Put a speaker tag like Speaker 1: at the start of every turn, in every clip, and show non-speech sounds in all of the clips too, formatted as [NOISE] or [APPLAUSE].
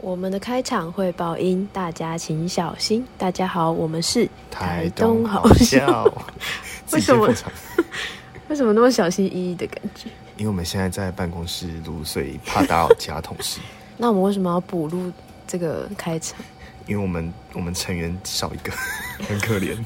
Speaker 1: 我们的开场会爆音，大家请小心。大家好，我们是
Speaker 2: 台东好
Speaker 1: [LAUGHS]
Speaker 2: 笑。
Speaker 1: 为
Speaker 2: [LAUGHS] 自己
Speaker 1: 什
Speaker 2: 先
Speaker 1: 么
Speaker 2: 破场，
Speaker 1: 为什么那么小心翼翼的感觉？
Speaker 2: 因为我们现在在办公室录，所以怕打扰其他同
Speaker 3: [LAUGHS]
Speaker 2: 事。
Speaker 1: 那我们为什么要补录这个开场？
Speaker 2: 因为我们我们成员少一
Speaker 3: [LAUGHS]
Speaker 2: 个，很可怜。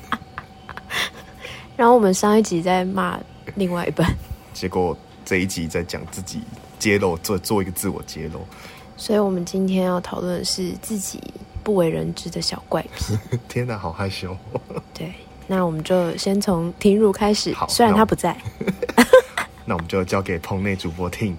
Speaker 1: 然后我们上一集在骂另外一半，
Speaker 2: 结果这一集在讲自己揭露，做做一个自我揭露。 [LAUGHS]
Speaker 1: 所以我们今天要讨论的是自己不为人知的小怪癖。
Speaker 2: 天哪，好害羞！
Speaker 1: [LAUGHS]
Speaker 2: [LAUGHS]
Speaker 1: 对，那我们就先从婷如开始
Speaker 2: 好，
Speaker 1: 虽然
Speaker 2: 那
Speaker 1: 她
Speaker 2: 我
Speaker 1: 不在。
Speaker 2: 那我们就交给棚内主播听。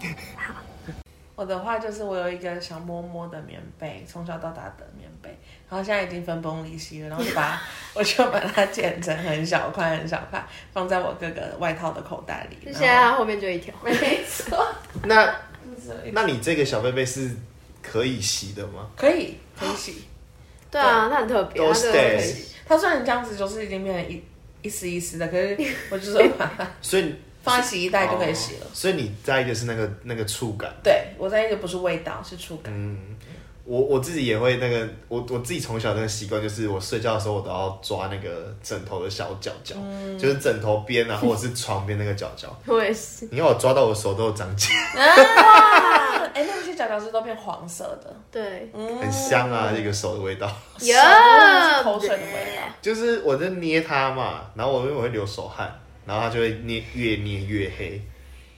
Speaker 4: 我的话就是我有一个小摸摸的棉被，从小到大的棉被，然后现在已经分崩离析了，然后就把 [LAUGHS] 我就把它剪成很小块很小块，放在我哥哥外套的口袋里。然后
Speaker 1: 啊后面就一条。
Speaker 4: 没错，
Speaker 3: [LAUGHS] 那
Speaker 4: 就是
Speaker 3: 那你这个小贝贝是可以洗的吗？
Speaker 4: 可以可以洗。
Speaker 1: 对啊，那很特别。
Speaker 3: 都
Speaker 1: 它这
Speaker 3: 是
Speaker 1: 个
Speaker 3: 得
Speaker 1: 可以
Speaker 4: 它虽然这样子就是已经变成一一丝一丝的，可是我就是会把它
Speaker 3: 所以你
Speaker 4: 放在洗衣袋就可以洗 [LAUGHS] 了
Speaker 3: 哦。所以你在意的是那个那个触感。
Speaker 4: 对，我在意的不是味道，是触感。
Speaker 3: 我我自己也会那个，我我自己从小那个习惯就是，我睡觉的时候我都要抓那个枕头的小角角，
Speaker 4: 嗯
Speaker 3: 就是枕头边啊，或者是床边那个角角。
Speaker 1: 我也是。
Speaker 3: 你看我抓到我手都有长茧，
Speaker 4: 啊哎、那些角角是都变黄色的，
Speaker 1: 对。
Speaker 3: 很香啊，
Speaker 4: 哦
Speaker 3: 一个手的味道。
Speaker 1: 有
Speaker 4: 是口水的味道。
Speaker 3: 就是我在捏它嘛，然后我因为我会流手汗，然后它就会捏越捏越黑，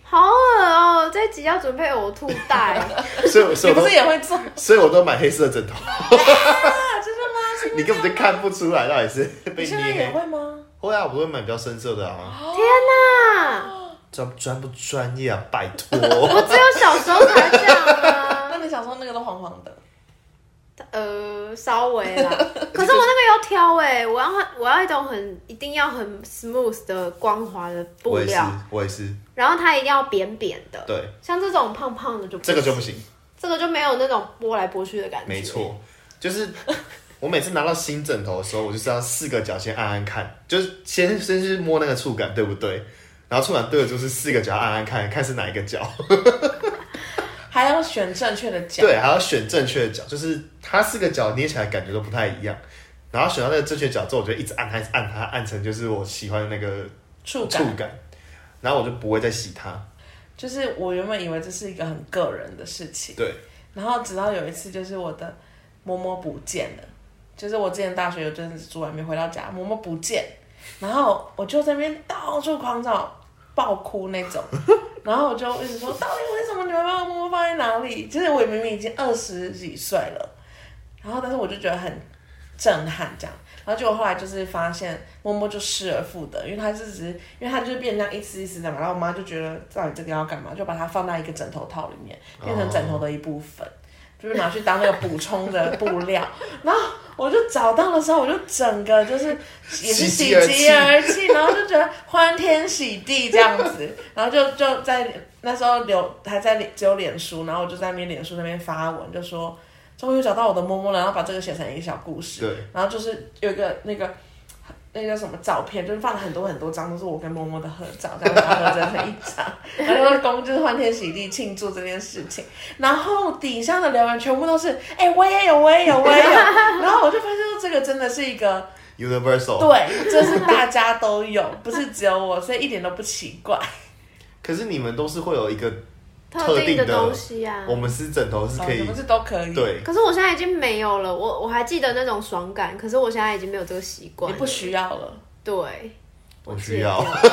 Speaker 1: 好恶哦！这集要准备呕吐袋，
Speaker 3: 所以我所以
Speaker 4: [LAUGHS] 你
Speaker 3: 我
Speaker 4: 不
Speaker 3: 都
Speaker 4: 是也会做？
Speaker 3: 所以我都买黑色的枕头。
Speaker 4: 啊真的吗？是因
Speaker 3: [LAUGHS]
Speaker 4: 为
Speaker 3: 你根本就看不出来到底是
Speaker 4: 你
Speaker 3: 被
Speaker 4: 现在
Speaker 3: 捏
Speaker 4: 也
Speaker 3: 黑。
Speaker 4: 会哦吗？
Speaker 3: 会啊，我都会买比较深色的啊，
Speaker 1: 那
Speaker 3: 专专不专业啊？拜托，
Speaker 1: 只有小时候才这样
Speaker 4: [LAUGHS]
Speaker 1: 啊。
Speaker 4: 那你小时候那个都黄黄的，
Speaker 1: 呃，稍微啦，可是我那个要挑哎、我要我要一种很一定要很 smooth 的光滑的布
Speaker 3: 我也是
Speaker 1: 料，，
Speaker 3: 我也是，
Speaker 1: 然后它一定要扁扁的。
Speaker 3: 对，
Speaker 1: 像这种胖胖的就不
Speaker 3: 这个就不
Speaker 1: 行，
Speaker 3: 行，
Speaker 1: 这个就没有那种拨来拨去的感觉。
Speaker 3: 没，错，就是我每次拿到新枕头的时候，我就是要四个角先按按看，就是先先去摸那个触感对不对，然后触感对了就是四个角按按看，看是哪一个角，
Speaker 4: 还要选正确的角。
Speaker 3: 对，还要选正确的角，就是它四个角捏起来感觉都不太一样，然后选到那个正确角之后，我就一直按它，一直按它，按成就是我喜欢的那个
Speaker 4: 触感
Speaker 3: 触感，然后我就不会再洗它。
Speaker 4: 就是我原本以为这是一个很个人的事情，
Speaker 3: 对，
Speaker 4: 然后直到有一次，就是我的摸摸不见了，就是我之前大学有阵子住外面，回到家摸摸不见，然后我就在那边到处狂找，爆哭那种， [LAUGHS] 然后我就一直说，到底为什么你们把我摸摸放在哪里？就是我明明已经二十几岁了，然后但是我就觉得很震撼这样。然后结果后来就是发现摸摸就失而复得，因为它是只是，因为它就是变成这样一丝一丝的嘛。然后我妈就觉得到底这个要干嘛，就把它放在一个枕头套里面，变成枕头的一部分。就是拿去当那个补充的布料，然后我就找到的时候，我就整个就是也是喜
Speaker 3: 喜极而泣
Speaker 4: 极而泣，然后就觉得欢天喜地这样子，然后就就在那时候留还在脸只有脸书，然后我就在那边脸书那边发文，就说终于找到我的摸摸了，然后把这个写成一个小故事，
Speaker 3: 对，
Speaker 4: 然后就是有一个那个那个叫什么照片，就是放了很多很多张，都是我跟摸摸的合照，这样把它合成一张， [LAUGHS] 然后公就是欢天喜地庆祝这件事情。然后底下的留言全部都是，哎、我也有，我也有，我也 [LAUGHS] 有。然后我就发现这个真的是一个，
Speaker 3: Universal。，
Speaker 4: 对，就是大家都有，不是只有我，所以一点都不奇怪。
Speaker 3: 可是你们都是会有一个，
Speaker 1: 特定的
Speaker 3: 特定的
Speaker 1: 东西啊。
Speaker 3: 我们是枕头是可
Speaker 4: 哦
Speaker 3: 以
Speaker 4: 不，是都可以，，
Speaker 3: 对，
Speaker 1: 可是我现在已经没有了，我我还记得那种爽感，可是我现在已经没有这个习惯
Speaker 4: 你
Speaker 1: 了。
Speaker 4: 不需要了。
Speaker 1: 对，
Speaker 3: 我需要。
Speaker 4: [LAUGHS]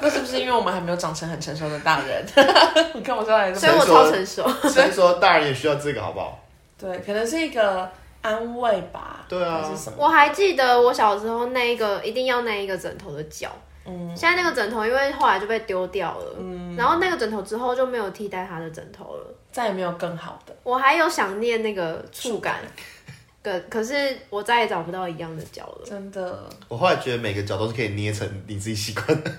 Speaker 4: 那是不是因为我们还没有长成很成熟的大人？ [LAUGHS] 你看我说来，
Speaker 1: 所以我超成熟。 [LAUGHS]
Speaker 3: 所以说大人也需要这个，好不好？
Speaker 4: 对，可能是一个安慰吧，
Speaker 3: 对啊
Speaker 4: 还是什么？
Speaker 1: 我还记得我小时候那一个一定要那一个枕头的脚，
Speaker 4: 嗯，
Speaker 1: 现在那个枕头因为后来就被丢掉了，嗯，然后那个枕头之后就没有替代它的枕头了。
Speaker 4: 再也没有更好的。
Speaker 1: 我还有想念那个触感，可可是我再也找不到一样的脚了。
Speaker 4: 真的，
Speaker 3: 我后来觉得每个角都是可以捏成你自己习惯的。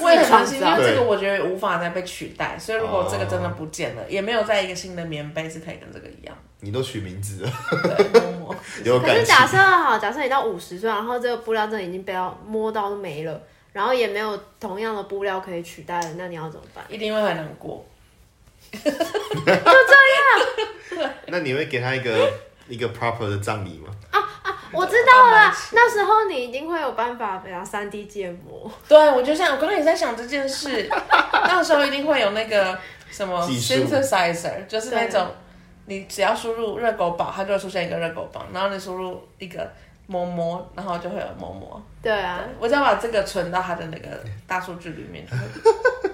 Speaker 4: 我也很心，因为
Speaker 3: 对
Speaker 4: 这个我觉得无法再被取代，所以如果这个真的不见了，也没有在一个新的棉被是可以跟这个一样。
Speaker 3: 你都取名字了，
Speaker 4: 对，摸摸
Speaker 3: 有
Speaker 1: 可是
Speaker 3: 感情。
Speaker 1: 假设好，假设你到五十岁，然后这个布料真的已经被到摸到都没了，然后也没有同样的布料可以取代了，那你要怎么办？
Speaker 4: 一定会很难过。
Speaker 3: 那你会给他一个一个 proper 的葬礼吗？
Speaker 1: 我知道
Speaker 4: 慢
Speaker 1: 了
Speaker 4: 慢，吃
Speaker 1: 那时候你一定会有办法给他三 D 建模，
Speaker 4: 对，我就想，我刚刚也在想这件
Speaker 3: [LAUGHS]
Speaker 4: 事，到时候一定会有那个什么
Speaker 3: 技术
Speaker 4: synthesizer，就是那
Speaker 1: 对
Speaker 4: 种你只要输入热狗堡，它就会出现一个热狗堡，然后你输入一个馍馍，然后就会有馍馍。
Speaker 1: 对啊，
Speaker 4: 我只要把这个存到它的那个大数据里
Speaker 3: [LAUGHS]
Speaker 4: 面，就会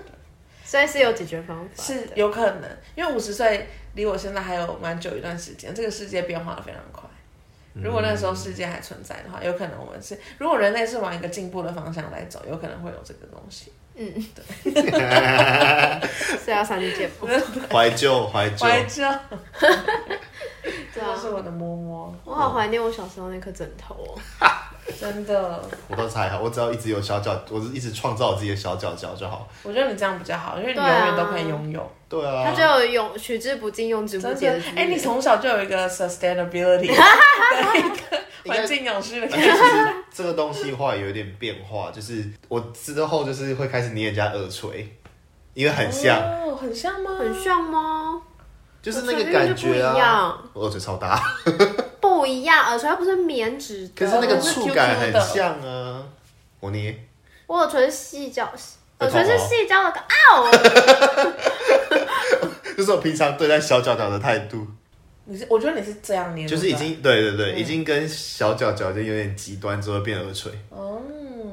Speaker 1: 所以是有解决方法，
Speaker 4: 是有可能，因为五十岁离我现在还有蛮久一段时间，这个世界变化的非常快。
Speaker 3: 嗯
Speaker 4: 如果那时候世界还存在的话，有可能我们是，如果人类是往一个进步的方向来走，有可能会有这个东西。
Speaker 1: 是要三 D 建模，
Speaker 3: 嗯怀旧，怀旧，
Speaker 4: 怀旧，
Speaker 1: 对
Speaker 4: 这就
Speaker 1: 啊
Speaker 4: 是。我的摸摸，
Speaker 1: 我好怀念我小时候那颗枕头哦，
Speaker 4: 真的，
Speaker 3: 我倒是还好，我只要一直有小脚，我是一直创造我自己的小脚脚就好。
Speaker 4: 我觉得你这样比较好，因为你
Speaker 1: 对
Speaker 4: 永
Speaker 1: 啊
Speaker 4: 远都可以拥有。
Speaker 3: 对啊，
Speaker 1: 它就有用取之不尽、用之不
Speaker 4: 真
Speaker 1: 竭
Speaker 4: 的
Speaker 1: 的，
Speaker 4: 哎，你从小就有一
Speaker 1: [LAUGHS]
Speaker 4: 个 sustainability [LAUGHS] 的一个环境永续的
Speaker 3: 而
Speaker 4: 感
Speaker 3: 且
Speaker 4: 觉
Speaker 3: 其实这个东西话有点变化，就是我之后就是会开始捏人家耳垂，因为很像，
Speaker 4: 哦，很像吗？
Speaker 1: 很哦像吗？
Speaker 3: 就是那个感觉
Speaker 1: 耳垂就不一
Speaker 3: 啊
Speaker 1: 样。
Speaker 3: 我耳垂超大，
Speaker 1: 不一样，耳垂它不是棉质的，
Speaker 3: 可是那个
Speaker 4: 是
Speaker 3: 触
Speaker 4: QQ
Speaker 3: 感很
Speaker 4: 的
Speaker 3: 像啊。我捏，
Speaker 1: 我耳垂是细胶，
Speaker 3: 那
Speaker 1: 耳垂
Speaker 3: 头
Speaker 1: 是
Speaker 3: 毛
Speaker 1: 细胶的，啊！
Speaker 3: 就是我平常对待小脚脚的态度，
Speaker 4: 你是，我觉得你是这样捏的，
Speaker 3: [LAUGHS] 就是已经对对对，已经跟小脚脚就有点极端，之后变耳垂。
Speaker 4: 哦，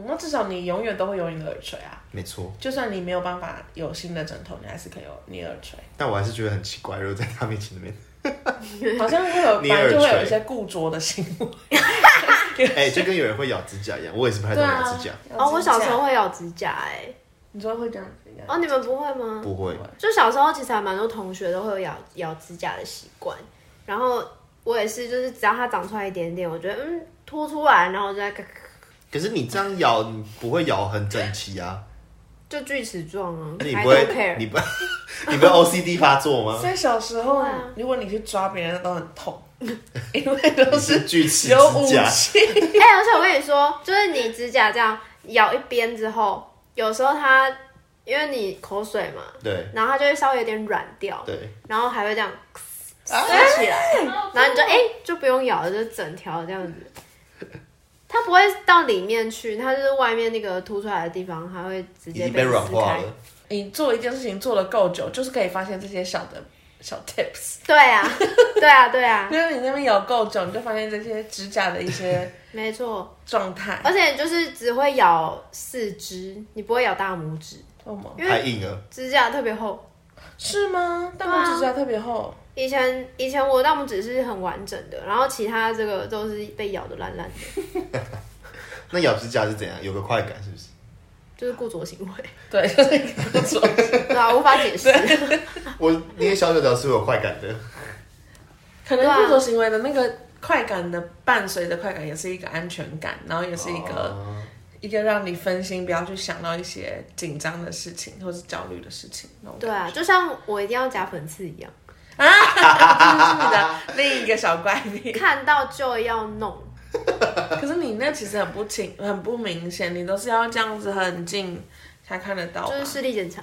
Speaker 4: 那至少你永远都会有你的耳垂啊。
Speaker 3: 没错，
Speaker 4: 就算你没有办法有新的枕头，你还是可以有你耳垂，
Speaker 3: 但我还是觉得很奇怪，如果在他面前那边，
Speaker 4: 好像
Speaker 3: [LAUGHS]
Speaker 4: 会有，
Speaker 3: 你
Speaker 4: 本
Speaker 3: 耳
Speaker 4: 来
Speaker 3: 垂
Speaker 4: 就会有一些固着的行
Speaker 3: [LAUGHS]
Speaker 4: 为。
Speaker 3: 哎、就跟有人会咬指甲一样，我也是不太
Speaker 4: 对
Speaker 3: 懂
Speaker 4: 啊
Speaker 3: 咬指甲，，
Speaker 1: 哦，我小时候
Speaker 4: 会，
Speaker 1: 会咬指甲，哎，
Speaker 4: 你说会这样子，这样
Speaker 1: 哦，你们不会吗？
Speaker 3: 不会。
Speaker 1: 就小时候其实还蛮多同学都会有咬咬指甲的习惯，然后我也是，就是只要它长出来一点点，我觉得嗯凸出来，然后我就在咔咔咔
Speaker 3: 可是你这样咬，你不会咬很整齐啊。
Speaker 1: 就锯齿状啊
Speaker 3: 那你
Speaker 1: ，I
Speaker 3: 不
Speaker 1: don't
Speaker 3: 会， [LAUGHS]
Speaker 1: care。
Speaker 3: 你不，你不会 OCD 发作吗？
Speaker 4: [LAUGHS] 在小时候
Speaker 1: 对啊，
Speaker 4: 如果你去抓别人都很
Speaker 1: [LAUGHS]
Speaker 4: 痛，因为都
Speaker 3: 你
Speaker 4: 是
Speaker 3: 是锯齿
Speaker 4: 有武
Speaker 3: 指甲，
Speaker 4: 器。
Speaker 1: 哎、而且我跟你说，就是你指甲这样咬一边之后，有时候它因为你口水嘛，
Speaker 3: 对
Speaker 1: 然后它就会稍微有点软掉，
Speaker 3: 对，
Speaker 1: 然后还会这样，
Speaker 4: 啊
Speaker 1: 起来，然后你就哎、就不用咬了，就整条这
Speaker 3: [LAUGHS]
Speaker 1: 样子。它不会到里面去，它就是外面那个凸出来的地方，它会直
Speaker 3: 已
Speaker 1: 接
Speaker 3: 经被
Speaker 1: 撕
Speaker 3: 软化
Speaker 1: 开
Speaker 3: 了。
Speaker 4: 你做一件事情做的够久，就是可以发现这些小的小 tips。
Speaker 1: 对啊，对啊，对啊，
Speaker 4: 因为你那边咬够久，你就发现这些指甲的一些
Speaker 1: 没错。
Speaker 4: 状态。
Speaker 1: 而且就是只会咬四肢，你不会咬大拇指，
Speaker 4: 为什么？
Speaker 1: 因
Speaker 3: 太
Speaker 1: 为
Speaker 3: 硬了。
Speaker 1: 指甲特别厚。
Speaker 4: 是吗？但我指甲特别厚，
Speaker 1: 以前以前我大拇指是很完整的，然后其他这个都是被咬的烂烂的，
Speaker 3: 那咬指甲是怎样？有个快感是不是？
Speaker 1: 就是固着行为， [LAUGHS]
Speaker 4: 对， [LAUGHS] 就是一个不错。
Speaker 1: 对啊，无法解释。
Speaker 3: 我捏小脚脚是会有快感的，
Speaker 4: 可能固着行为的那个快感的伴随着快感，也是一个安全感，然后也是一个、
Speaker 3: 哦
Speaker 4: 一个让你分心，不要去想到一些紧张的事情或是焦虑的事情。那种
Speaker 1: 对啊，就像我一定要夹粉刺一样，
Speaker 4: [LAUGHS] 啊，这就是你的另一个小怪癖。
Speaker 1: 看到就要弄。
Speaker 4: 可是你那其实很不清，很不明显，你都是要这样子很近才看得到吧。
Speaker 1: 就是视力检查，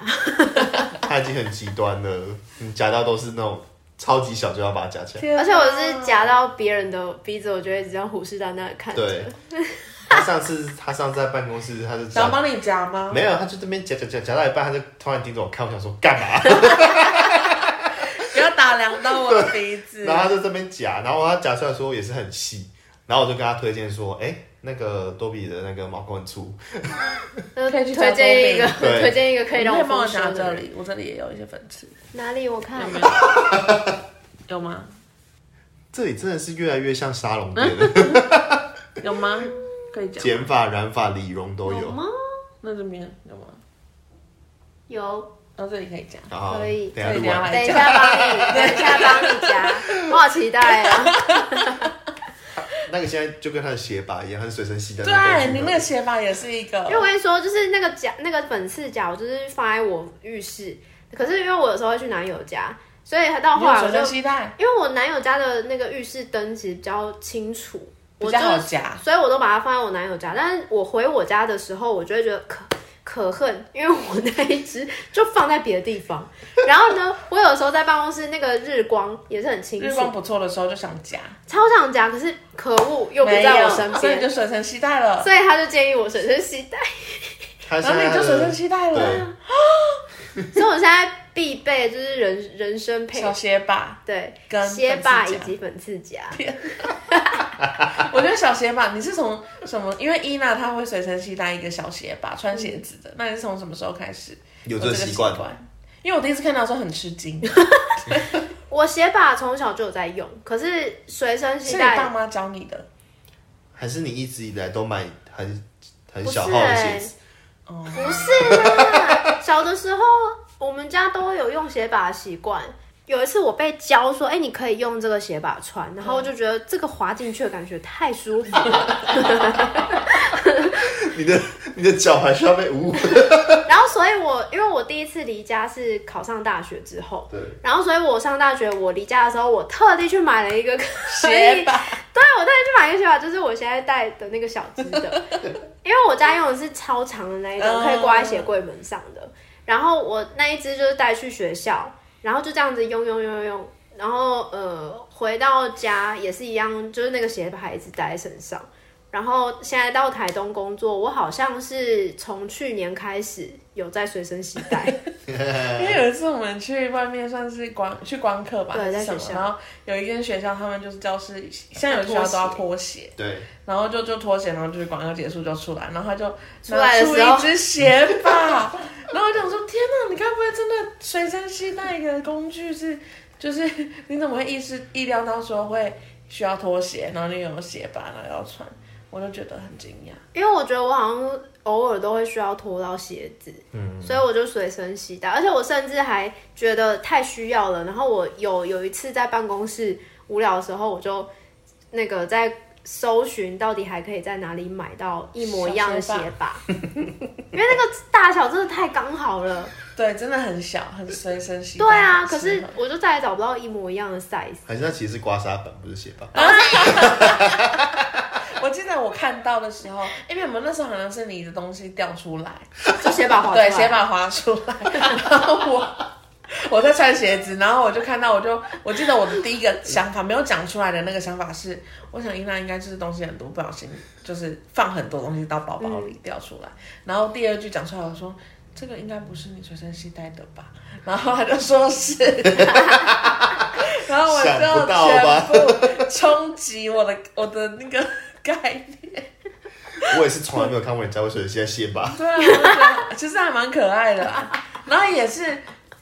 Speaker 3: 它已经很极端了。你夹到都是那种超级小，就要把它夹起来。
Speaker 4: 天啊
Speaker 1: 而且我是夹到别人的鼻子，我就会只样虎视眈眈的看着。
Speaker 3: 对，他上次他上次在办公室，他就
Speaker 4: 想
Speaker 3: 夹，
Speaker 4: 要帮你夹吗？
Speaker 3: 没有，他就这边夹夹夹夹到一半，他就突然盯着我看，我想说干
Speaker 4: [LAUGHS]
Speaker 3: 嘛？
Speaker 4: 不要打量到我的鼻子。
Speaker 3: 然后他就这边夹，然后他夹出来的时候也是很细，然后我就跟他推荐说，哎、那个多比的那个毛孔很粗，
Speaker 1: 那
Speaker 4: 可以去找
Speaker 1: 呃推
Speaker 4: 周
Speaker 1: 荐一个，
Speaker 3: 对
Speaker 1: 推荐一个 [LAUGHS] 可以让我
Speaker 4: 你帮我
Speaker 1: 丰收
Speaker 4: 夹
Speaker 1: 的
Speaker 4: 这
Speaker 1: 人。
Speaker 4: 里，我这里也有一些粉刺，
Speaker 1: 哪里？我看
Speaker 4: 有没有？有吗？
Speaker 3: 这里真的是越来越像沙龙
Speaker 4: [LAUGHS]
Speaker 3: 店了，
Speaker 4: 有吗？可以讲。
Speaker 3: 剪发、染发、理容都有。
Speaker 1: 吗？
Speaker 4: 哦那这边有吗？
Speaker 1: 有，
Speaker 4: 然后这里可以讲。
Speaker 3: 好好，
Speaker 1: 可以
Speaker 3: 等一下
Speaker 4: 可以
Speaker 3: 录
Speaker 4: 聊
Speaker 3: 完
Speaker 4: 来。
Speaker 1: 等一下帮你，等一下帮你夹，我好期待啊！
Speaker 3: 那个现在就跟他的鞋拔一样，他是随身携带的工具
Speaker 4: 对
Speaker 3: 盒。
Speaker 4: 你那个写法也是一个
Speaker 1: 因为，我跟你说，就是那个夹，那个粉刺夹，我就是放在我浴室，可是因为我有时候会去男友家，所以到后
Speaker 4: 你有
Speaker 1: 来我
Speaker 4: 随
Speaker 1: 就
Speaker 4: 身，携带，
Speaker 1: 因为我男友家的那个浴室灯其实比较清楚，
Speaker 4: 比
Speaker 1: 我
Speaker 4: 较
Speaker 1: 就
Speaker 4: 好夹。
Speaker 1: 所以我都把它放在我男友家。但是我回我家的时候，我就会觉得，可可恨，因为我那一只就放在别的地方。然后呢，我有时候在办公室那个日光也是很清
Speaker 4: 日
Speaker 1: 楚，
Speaker 4: 光不错的时候就想夹，
Speaker 1: 超想夹，可是可恶又不
Speaker 4: 没
Speaker 1: 在
Speaker 4: 有，
Speaker 1: 我
Speaker 4: [LAUGHS]
Speaker 1: 身
Speaker 4: 所以你
Speaker 1: 边，
Speaker 4: 就水成期待了，
Speaker 1: 所以他就建议我随身携带。
Speaker 3: 他
Speaker 4: 然后你就水成期待
Speaker 3: 对
Speaker 4: 了，啊
Speaker 1: [LAUGHS] 所以我现在必备就是人人生配
Speaker 4: 小鞋吧。
Speaker 1: 对
Speaker 4: 跟
Speaker 1: 鞋把
Speaker 4: 粉刺
Speaker 1: 以
Speaker 4: 夹
Speaker 1: 及粉刺
Speaker 4: [LAUGHS]
Speaker 1: 夹，
Speaker 4: 我觉得小鞋吧，你是从什么？因为伊娜她会随身携带一个小鞋吧，穿鞋子的。那你是从什么时候开始
Speaker 3: 有
Speaker 4: 这
Speaker 3: 这个习惯
Speaker 4: 习？因为我第一次看到的时候很吃惊，
Speaker 1: 我鞋把从小就有在用，可是随身
Speaker 4: 是
Speaker 1: 携
Speaker 4: 你爸
Speaker 1: 带
Speaker 4: 妈教你的。
Speaker 3: 还是你一直以来都买很很
Speaker 1: 不是
Speaker 3: 小号的鞋
Speaker 1: 欸
Speaker 3: 子？
Speaker 4: 哦，
Speaker 1: 不是啦，小的时候我们家都有用鞋把的习惯。有一次我被教说，哎、你可以用这个鞋把穿，然后我就觉得这个滑进去的感觉太舒服了，
Speaker 4: [LAUGHS]
Speaker 3: 你的你的脚还是要被捂。
Speaker 1: 然后所以我因为我第一次离家是考上大学之后，
Speaker 3: 对，
Speaker 1: 然后所以我上大学我离家的时候，我特地去买了一个可以
Speaker 4: 鞋吧，
Speaker 3: [LAUGHS]
Speaker 1: 对，啊我特意去买一个鞋吧，就是我现在戴的那个小只的，因为我家用的是超长的那一种，
Speaker 4: 嗯
Speaker 1: 可以挂在鞋柜门上的。然后我那一只就是带去学校，然后就这样子用用用用用，然后呃回到家也是一样，就是那个鞋牌一直戴在身上。然后现在到台东工作，我好像是从去年开始有在随身携带，
Speaker 4: 因为有一次我们去外面算是观去观课吧，
Speaker 1: 对
Speaker 4: 还是
Speaker 1: 在
Speaker 4: 什么
Speaker 1: 学校
Speaker 4: 然后有一间学校他们就是教室，现在有些学校都要脱鞋，
Speaker 3: [LAUGHS] 对，
Speaker 4: 然后就就脱鞋，然后就是广告结束就出来，然后他就
Speaker 1: 出来的时候
Speaker 4: 拿出一只鞋吧， [LAUGHS] 然后我想说天哪，你该不会真的随身携带一个工具是，就是你怎么会意识意料到说会需要脱鞋，然后你有鞋吧，然后要穿，我就觉得很惊讶。
Speaker 1: 因为我觉得我好像偶尔都会需要脱到鞋子，嗯，所以我就随身携带，而且我甚至还觉得太需要了。然后我有有一次在办公室无聊的时候，我就那个在搜寻到底还可以在哪里买到一模一样的鞋
Speaker 4: 小鞋
Speaker 1: 吧，因为那个大小真的太刚好了。
Speaker 4: 对，真的很小，很随身携带。
Speaker 1: 对啊，可
Speaker 4: 很适
Speaker 1: 是
Speaker 4: 合
Speaker 1: 我就再也找不到一模一样的 size。
Speaker 3: 还是那其实是刮痧板，不是鞋吧？
Speaker 1: [LAUGHS]
Speaker 4: 我记得我看到的时候，因为我们那时候好像是你的东西掉出来，
Speaker 1: 就鞋把滑出来
Speaker 4: 对，鞋把滑出来，然后我 [LAUGHS] 我在穿鞋子，然后我就看到，我就我记得我的第一个想法没有讲出来的那个想法是，我想伊娜应该就是东西很多，不小心就是放很多东西到包包里掉出来，然后第二句讲出来，我说。这个应该不是你随身携带的吧？ [LAUGHS] 然后他就说是，然后我就
Speaker 3: 想不到吧
Speaker 4: 全部冲击我的我的那个 [LAUGHS] 概念。
Speaker 3: 我也是从来没有看过人家会说鞋鞋吧。
Speaker 4: 对啊，我就觉得其实还蛮可爱的啦，然后也是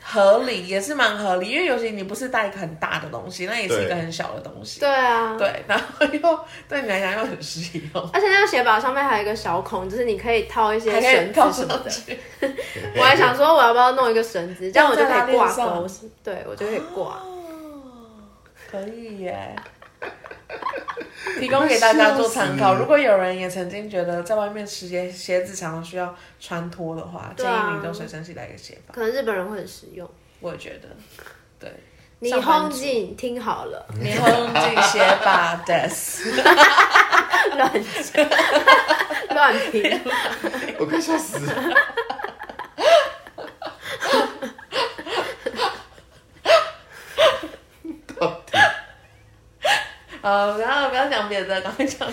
Speaker 4: 合理，也是蛮合理，因为尤其你不是带一个很大的东西，那也是一个
Speaker 3: 对
Speaker 4: 很小的东西。
Speaker 1: 对啊，
Speaker 4: 对，然后又对你来讲又很实用，
Speaker 1: 而且那个鞋把上面还有一个小孔，就是你可以套一些
Speaker 4: 还可以
Speaker 1: 绳
Speaker 4: 跳
Speaker 1: 子什
Speaker 4: 上
Speaker 1: 么的。
Speaker 4: 去。
Speaker 1: 我还想说，我要不要弄一个绳子，这样我就可以挂
Speaker 4: 吊在拉
Speaker 1: 钩
Speaker 4: 链，
Speaker 1: 对我就可以挂。
Speaker 4: 哦可以耶。提供给大家做参考。如果有人也曾经觉得在外面时间鞋子常常需要穿脱的话，
Speaker 1: 对
Speaker 4: 建
Speaker 1: 啊
Speaker 4: 议你都随身携带一个鞋吧。
Speaker 1: 可能日本人会很实用。
Speaker 4: 我也觉得，对，
Speaker 1: 你
Speaker 4: 上班
Speaker 1: 轰
Speaker 4: 族
Speaker 1: 进听好了， [LAUGHS]
Speaker 4: 你后用这鞋吧
Speaker 3: [LAUGHS]
Speaker 4: d e s
Speaker 1: 乱讲 [LAUGHS] 乱评。
Speaker 3: [LAUGHS] 我快笑死了。到底
Speaker 4: 呃，不要不要讲别的，赶快讲。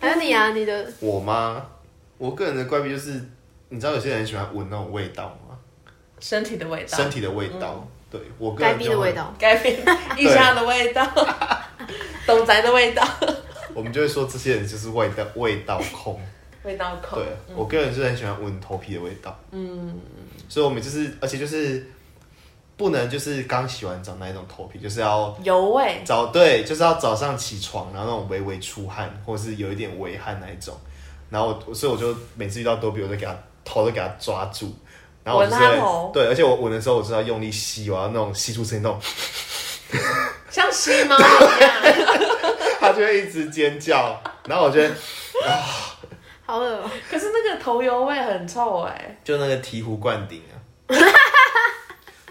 Speaker 1: 还有你啊，你的
Speaker 3: 我吗？我个人的怪癖就是，你知道有些人很喜欢闻那种味道吗？
Speaker 4: 身体的味道，
Speaker 3: 身体的味道。对我个
Speaker 1: 嗯该
Speaker 3: 人
Speaker 1: 逼
Speaker 3: 就
Speaker 1: 的
Speaker 3: 会
Speaker 1: 味，道， [LAUGHS]
Speaker 4: 改变异乡的味道， [LAUGHS] 董宅的味道，
Speaker 3: 我们就会说这些人就是味道味道控。
Speaker 4: 味道口。
Speaker 3: 对，我个人是很喜欢闻头皮的味道。嗯，所以我们就是，而且就是不能就是刚洗完澡那一种头皮，就是要
Speaker 4: 油味，
Speaker 3: 早对，就是要早上起床，然后那种微微出汗，或是有一点微汗那一种。然后我，所以我就每次遇到多比，我就给他头都给他抓住，然后我就是
Speaker 4: 闻他头
Speaker 3: 会对，而且我闻的时候，我是要用力吸，我要那种吸出声音，那种
Speaker 4: 像吸猫一样，
Speaker 3: 他就会一直尖叫。然后我觉得
Speaker 1: 好恶哦。
Speaker 4: 可是那个头油味很臭哎、
Speaker 3: [LAUGHS] 就那个醍醐灌顶啊，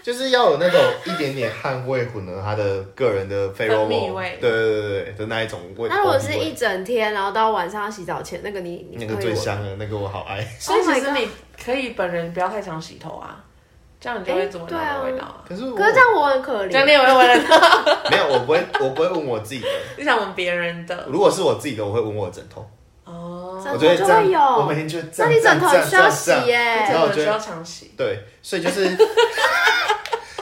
Speaker 3: 就是要有那种一点点汗味混合他的个人的费洛
Speaker 4: 分泌
Speaker 3: 蒙
Speaker 4: 味，
Speaker 3: 对对对对的那一种味。
Speaker 1: 那如果
Speaker 3: 头皮
Speaker 1: 是
Speaker 3: 味
Speaker 1: 一整天，然后到晚上要洗澡前，那个你你
Speaker 3: 那个
Speaker 1: 可以
Speaker 3: 最
Speaker 1: 闻
Speaker 3: 香了，那个我好爱。
Speaker 4: 所以
Speaker 1: Oh my
Speaker 4: 其实你可以本人不要太常洗头啊，这样你就会一直闻到那个味道啊。
Speaker 3: 可是我
Speaker 1: 可是这样我很可
Speaker 4: 这样你
Speaker 1: 怜。
Speaker 4: 也会闻得到，
Speaker 3: 没有，我不会，我不会闻我自己的。
Speaker 4: [LAUGHS] 你想闻别人的
Speaker 3: 如果是我自己的，我会闻我的枕头。
Speaker 4: 哦，
Speaker 1: 枕
Speaker 3: 我
Speaker 1: 头
Speaker 3: 觉得这
Speaker 1: 就
Speaker 3: 样
Speaker 1: 会，
Speaker 3: 我每
Speaker 1: 有，
Speaker 3: 天就这
Speaker 1: 那
Speaker 3: 样。
Speaker 1: 你枕头
Speaker 3: 这样
Speaker 1: 需要
Speaker 3: 这
Speaker 1: 洗
Speaker 3: 样这样
Speaker 1: 耶、
Speaker 3: 然后我
Speaker 4: 这
Speaker 3: 觉
Speaker 4: 个需要
Speaker 3: 得
Speaker 4: 常洗。
Speaker 3: 对，所以
Speaker 1: [LAUGHS]
Speaker 3: 就是，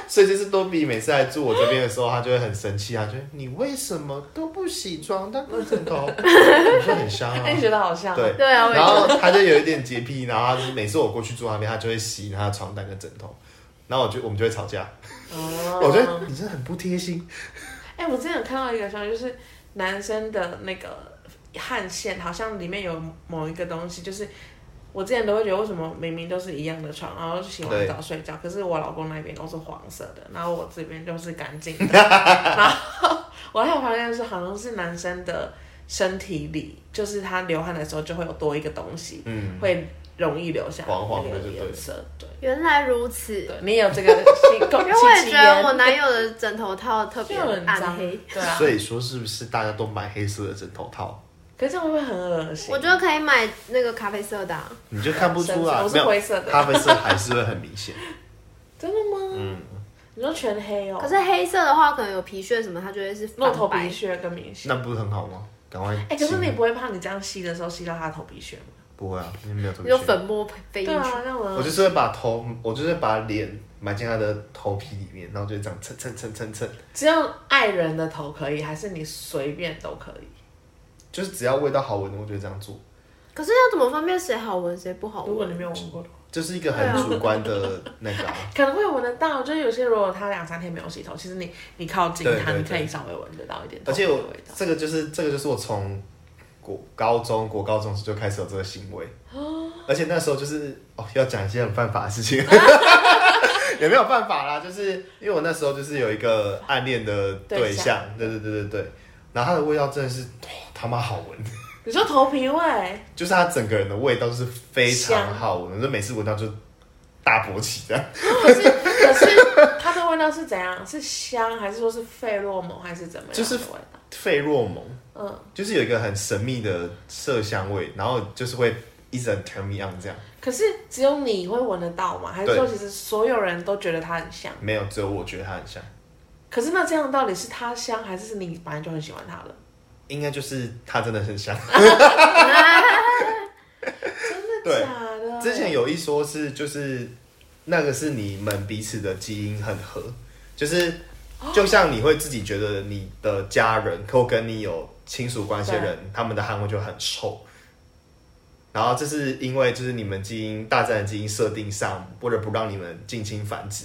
Speaker 3: 所以就是多比每次来住我这边的时候，他就会很生气，他就会你为什么都不洗妆，但不枕头，你说很香啊
Speaker 1: [LAUGHS]
Speaker 3: [LAUGHS]
Speaker 4: 那。你觉得好像
Speaker 3: 对，
Speaker 1: 对啊，我也
Speaker 3: 然
Speaker 1: 觉
Speaker 3: 后
Speaker 1: 得。
Speaker 3: 他就有一点洁癖，然后他就是每次我过去住他那边，他就会吸他的床单跟枕头，然后我就我们就会吵架。
Speaker 4: 哦，
Speaker 3: 我觉得你真的很不贴心。
Speaker 4: 哎、我之前有看到一个消息，就是男生的那个汗腺好像里面有某一个东西，就是我之前都会觉得为什么明明都是一样的床，然后洗完澡睡觉，可是我老公那边都是黄色的，然后我这边就是干净的，然后我还有发现是好像是男生的身体里，就是他流汗的时候就会有多一个东西，
Speaker 3: 嗯，
Speaker 4: 会容易留下
Speaker 3: 黄黄的
Speaker 4: 那
Speaker 3: 就
Speaker 4: 个
Speaker 3: 对了
Speaker 4: 颜色，对。
Speaker 1: 原来如此，
Speaker 4: 对，你也有这个心，因
Speaker 1: 因为我也觉得我男友的枕头套特别
Speaker 4: 就很
Speaker 1: 暗
Speaker 4: 脏，
Speaker 1: 黑，
Speaker 4: 对啊，
Speaker 3: 所以说是不是大家都买黑色的枕头套，
Speaker 4: 可是这样会不会很恶心？
Speaker 1: 我觉得可以买那个咖啡色的、啊。
Speaker 3: 你就看不出来
Speaker 4: 我，是
Speaker 3: 没有
Speaker 4: 灰色的
Speaker 3: 咖啡色还是会很明显。
Speaker 4: 真的吗？
Speaker 3: 嗯
Speaker 4: 你说全黑哦？
Speaker 1: 可是黑色的话，可能有皮屑什么，它就会是
Speaker 4: 露
Speaker 1: 反
Speaker 4: 头
Speaker 1: 白
Speaker 4: 皮。屑跟明显。
Speaker 3: 那不是很好吗？赶快。
Speaker 4: 哎、可是你不会怕你这样吸的时候吸到他的头皮屑吗？
Speaker 3: 不会啊，你没有特
Speaker 1: 你
Speaker 3: 别
Speaker 1: 就
Speaker 3: 屑。
Speaker 1: 粉末飞
Speaker 4: 对
Speaker 1: 进去，
Speaker 4: 啊，让我
Speaker 3: 我就是会把头，我就是把脸埋进他的头皮里面，然后就这样蹭蹭蹭蹭蹭，
Speaker 4: 只有爱人的头可以，还是你随便都可以？
Speaker 3: 就是只要味道好闻的，我就这样做，
Speaker 1: 可是要怎么分辨谁好闻谁不好
Speaker 4: 如果
Speaker 1: 闻？
Speaker 4: 你没有闻过的话，
Speaker 3: 就是一个很主观的那个啊、
Speaker 4: 可能会闻得到。就是有些如果他两三天没有洗头，其实你你靠近
Speaker 3: 对对
Speaker 4: 他，
Speaker 3: 对
Speaker 4: 你可以稍微闻得到一点头
Speaker 3: 而
Speaker 4: 皮
Speaker 3: 且
Speaker 4: 的
Speaker 3: 我
Speaker 4: 味道。
Speaker 3: 这个就是这个就是我从国高中国高中时就开始有这个行为，
Speaker 4: 哦
Speaker 3: 而且那时候就是哦要讲一些很犯法的事
Speaker 4: [LAUGHS]
Speaker 3: 情， [LAUGHS] 也没有办法啦，就是因为我那时候就是有一个暗恋的对
Speaker 4: 对
Speaker 3: 象
Speaker 4: 象，
Speaker 3: 对对对对对，然后它的味道真的是、哦他妈好闻，
Speaker 4: 你说头皮味，
Speaker 3: 就是它整个人的味道是非常好闻，就每次闻到就大勃起这样，
Speaker 4: 可是可是它的味道是怎样？是香还是说是费洛蒙还是怎么样的
Speaker 3: 就是
Speaker 4: 味道？
Speaker 3: 费洛蒙。
Speaker 4: 嗯，
Speaker 3: 就是有一个很神秘的麝香味，然后就是会一直很 turn me on 这样，
Speaker 4: 可是只有你会闻得到吗？还是
Speaker 3: 对
Speaker 4: 说其实所有人都觉得它很香？
Speaker 3: 没有只有我觉得它很香。
Speaker 4: 可是那这样到底是它香，还是你本来就很喜欢它了？
Speaker 3: 应该就是它真的很香。
Speaker 4: 真
Speaker 3: 对
Speaker 4: 的假的？
Speaker 3: 之前有一说是就是那个是你们彼此的基因很合，就是就像你会自己觉得你的家人或跟你有亲属关系的人，他们的汗味就很臭。然后这是因为就是你们基因大自然基因设定上，为了不让你们近亲繁殖，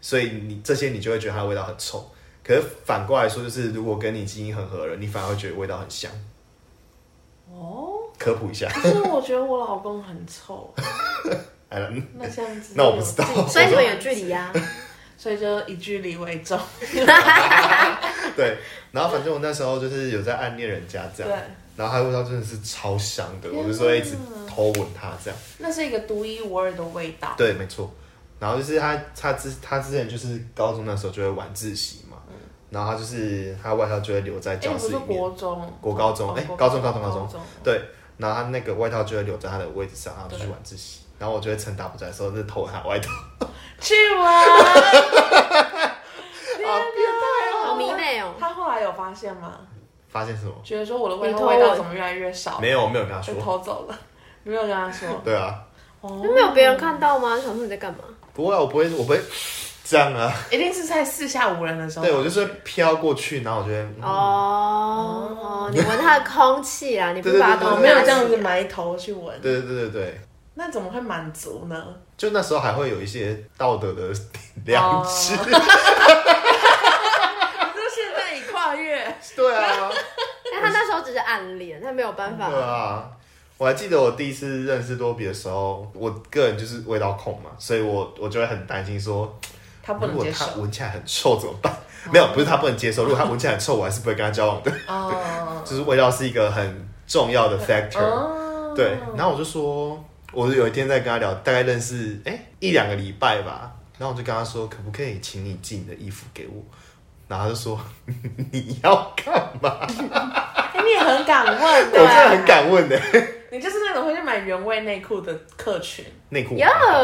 Speaker 3: 所以你这些你就会觉得它的味道很臭。可是反过来说，就是如果跟你基因很合了，你反而会觉得味道很香。
Speaker 4: 哦，
Speaker 3: 科普一下，
Speaker 4: 可是我觉得我老公很臭，
Speaker 3: 哎，
Speaker 4: 那这样子
Speaker 3: 那我不知道
Speaker 4: 有
Speaker 1: 所以你们有距离，啊。
Speaker 4: 所以就以距离为重。
Speaker 3: [LAUGHS] 对，然后反正我那时候就是有在暗恋人家这
Speaker 4: 对，
Speaker 3: 样，然后他的味道真的是超香的，
Speaker 4: 天
Speaker 3: 我
Speaker 4: 哪
Speaker 3: 就是会一直偷闻它这样。
Speaker 4: 那是一个独一无二的味道。
Speaker 3: 对，没错。然后就是他，他之他之前就是高中那时候就会晚自习嘛，然后他就是他外套就会留在
Speaker 4: 嗯哎，
Speaker 3: 教
Speaker 4: 你不
Speaker 3: 室
Speaker 4: 是
Speaker 3: 里面，
Speaker 4: 国中、
Speaker 3: 国高中
Speaker 4: 哦
Speaker 3: 哎
Speaker 4: 国
Speaker 3: 高中高中高中
Speaker 4: 中，
Speaker 3: 对，然后他那个外套就会留在他的位置上，然后就去晚自习。
Speaker 4: 嗯
Speaker 3: 然后我就会趁他不在的时候，就偷他的外套。 [LAUGHS]
Speaker 4: 去玩。
Speaker 3: 啊，变
Speaker 1: 好迷妹哦、
Speaker 4: 他后来有发现吗？
Speaker 3: 发现什么？
Speaker 4: 觉得说我的味
Speaker 1: 你
Speaker 4: 道
Speaker 1: 偷
Speaker 4: 味道
Speaker 1: 闻
Speaker 4: 怎么越来越少？
Speaker 3: 没有，我没有跟他
Speaker 4: 被
Speaker 3: 说。
Speaker 4: 偷走了，没有跟他说。
Speaker 3: 对啊，
Speaker 4: 哦
Speaker 1: 那没有别人，看到吗？想说你在干嘛？
Speaker 3: 不会啊，我不会，我不会这样啊。
Speaker 4: 一定是在四下无人的时候。啊
Speaker 3: 对，我就是飘过去，然后我觉得，嗯
Speaker 1: 哦哦，你闻它的空气啦，你不是把它
Speaker 3: 对对对
Speaker 1: 东
Speaker 4: 我
Speaker 1: 西
Speaker 4: 哦没有
Speaker 1: 拿
Speaker 4: 这
Speaker 1: 起来
Speaker 4: 样子埋头去闻，
Speaker 3: 对对对对对，
Speaker 4: 那怎么会满足呢？
Speaker 3: 就那时候还会有一些道德的 [LAUGHS] 良知，
Speaker 4: 哦这现在已跨越，
Speaker 3: [LAUGHS] 对啊，
Speaker 1: 但他那时候只是暗恋，他没有办法。
Speaker 3: 对啊。我还记得我第一次认识多比的时候，我个人就是味道控嘛，所以我我就会很担心说，
Speaker 4: 他不
Speaker 3: 如
Speaker 4: 能
Speaker 3: 果
Speaker 4: 接
Speaker 3: 他
Speaker 4: 受。
Speaker 3: 闻起来很臭怎么办？ [LAUGHS] 没有，不是他不能接受，如果他闻起来很臭，我还是不会跟他交往的。
Speaker 4: 哦
Speaker 3: 就是味道是一个很重要的 factor。
Speaker 4: 哦，
Speaker 3: 对，然后我就说，我有一天在跟他聊，大概认识哎、一两个礼拜吧，然后我就跟他说，可不可以请你寄你的衣服给我？然后他就说 [LAUGHS] 你要干嘛？
Speaker 4: 哎你也很敢问
Speaker 3: 我
Speaker 4: 的，
Speaker 3: 真的很，敢问的、
Speaker 4: 你就是那种会去买原味内裤的客群。
Speaker 3: 内裤我
Speaker 1: 呀
Speaker 3: 还好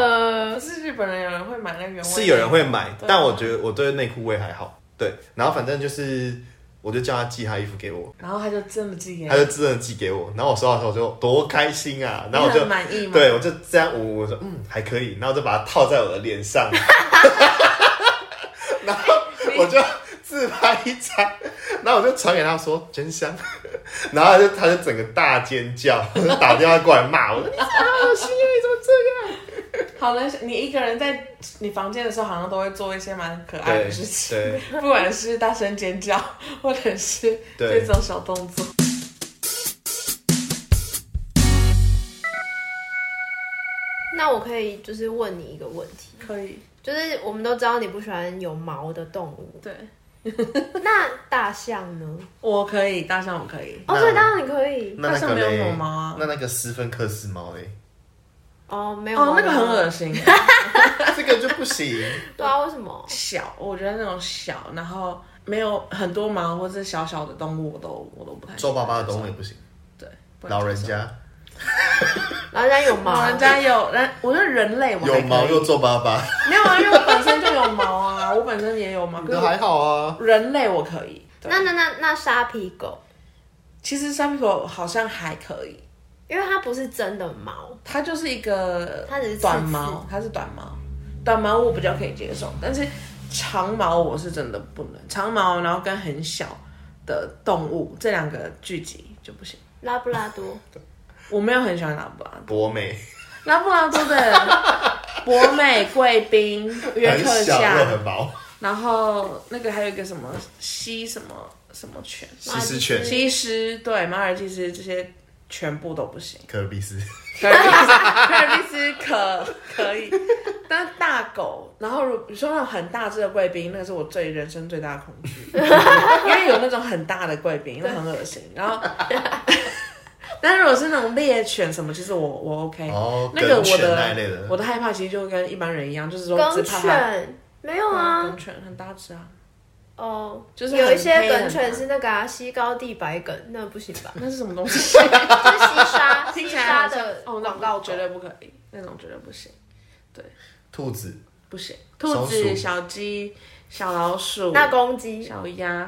Speaker 4: 可是日本人有人会买那原味内裤，
Speaker 3: 是有人会买，
Speaker 4: 对啊
Speaker 3: 但我觉得我对内裤味还好。对，然后反正就是，我就叫他寄他衣服给我，
Speaker 4: 然后他就真的寄给你
Speaker 3: 他就真的寄给我。然后我收到的时候我就多开心啊！然后我就
Speaker 4: 你很满意吗
Speaker 3: 对我就这样捂，我说嗯还可以，然后就把它套在我的脸上，
Speaker 4: [LAUGHS]
Speaker 3: 然后我就自拍一张，然后我就传给他说真香，然后他就他就整个大尖叫，就打电话过来骂
Speaker 4: [LAUGHS]
Speaker 3: 我，你好恶心啊，你怎么这样？
Speaker 4: 好了，你一个人在你房间的时候，好像都会做一些蛮可爱
Speaker 3: 对
Speaker 4: 的事情，
Speaker 3: 对。
Speaker 4: [LAUGHS] 不管是大声尖叫，或者是
Speaker 3: 对
Speaker 4: 这种小动作。
Speaker 1: 那我可以就是问你一个问题，
Speaker 4: 可以，
Speaker 1: 就是我们都知道你不喜欢有毛的动物，
Speaker 4: 对，
Speaker 1: 那大象呢？
Speaker 4: 我可以，大象我可以，
Speaker 1: 哦，
Speaker 3: 那
Speaker 1: 所以当然你可以
Speaker 3: 那那
Speaker 4: 它
Speaker 3: 个
Speaker 4: 上面有
Speaker 3: 嘞
Speaker 4: 什么猫啊
Speaker 3: 那那个斯芬克斯猫嘞，
Speaker 1: 哦，没有
Speaker 4: 哦，那个很
Speaker 1: 恶
Speaker 4: 恶 [LAUGHS] 心，
Speaker 3: 这个就不行。
Speaker 1: 对啊，为什么？
Speaker 4: 小，我觉得那种小，然后没有很多毛或者小小的动物，我都我都不太
Speaker 3: 皱巴巴的动物也不行，
Speaker 4: 对，不能
Speaker 3: 老人
Speaker 4: 接受
Speaker 3: 家
Speaker 1: 老人家有毛，
Speaker 4: 老人家有，人我觉得人类我还
Speaker 3: 有毛
Speaker 4: 可以
Speaker 3: 又皱巴巴，
Speaker 4: 没有啊，因为我本身就有毛啊，我本身也
Speaker 3: [LAUGHS]
Speaker 4: 有毛，可
Speaker 3: 那
Speaker 4: 是
Speaker 3: 还好啊。
Speaker 4: 人类我可以。对
Speaker 1: 那那那那沙皮狗，
Speaker 4: 其实沙皮狗好像还可以，
Speaker 1: 因为它不是真的毛，
Speaker 4: 它就是一个
Speaker 1: 它只是刺刺
Speaker 4: 短毛，它是短毛，短毛我比较可以接受，但是长毛我是真的不能。长毛然后跟很小的动物这两个聚集就不行。
Speaker 1: 拉布拉多，
Speaker 4: 我没有很喜欢拉布拉多，
Speaker 3: 博美
Speaker 4: 拉布拉多的
Speaker 1: [LAUGHS]
Speaker 4: 博美贵宾、约
Speaker 3: 很
Speaker 4: 克
Speaker 3: 小
Speaker 4: 夏，
Speaker 3: 又很毛，
Speaker 4: 然后那个还有一个什么西什么什么犬，
Speaker 3: 西施犬、
Speaker 4: 西施对马尔济斯这些全部都不行。
Speaker 3: 可尔必斯，
Speaker 4: 可尔必斯，可尔必斯可可以，但是大狗，然后如你说那种很大只的贵宾，那个是我最人生最大的恐惧， [LAUGHS] 因为有那种很大的贵宾，那很恶心。然后， [LAUGHS] 但如果是那种猎犬什么，其实我我 OK，、
Speaker 3: 哦
Speaker 4: 哎那个
Speaker 3: 梗
Speaker 4: 我
Speaker 3: 犬那一类
Speaker 4: 的
Speaker 3: 的
Speaker 4: 我的害怕其实就跟一般人一样，就是说只
Speaker 1: 梗
Speaker 4: 怕它。
Speaker 1: 犬没有
Speaker 4: 啊
Speaker 1: 啊
Speaker 4: 梗，犬很大只啊，
Speaker 1: 哦，
Speaker 4: 就是
Speaker 1: 有一
Speaker 4: 很
Speaker 1: 些
Speaker 4: 黑
Speaker 1: 梗
Speaker 4: 很
Speaker 1: 犬
Speaker 4: 大
Speaker 1: 是那个啊，西高地白梗，那不行
Speaker 4: [LAUGHS]？
Speaker 1: 吧
Speaker 4: 那是什么东西？
Speaker 1: 就是西沙
Speaker 4: 听
Speaker 1: 西
Speaker 4: 起来好
Speaker 1: 沙
Speaker 4: 像
Speaker 1: 的
Speaker 4: 哦，那
Speaker 1: 广告
Speaker 4: 我
Speaker 1: 狗
Speaker 4: 绝对不可以，那种绝对不行，
Speaker 3: 兔子、
Speaker 4: 不行。
Speaker 3: 松
Speaker 4: 兔子、
Speaker 3: 鼠
Speaker 4: 小鸡、小老鼠、
Speaker 1: 那公鸡
Speaker 4: 小鸭、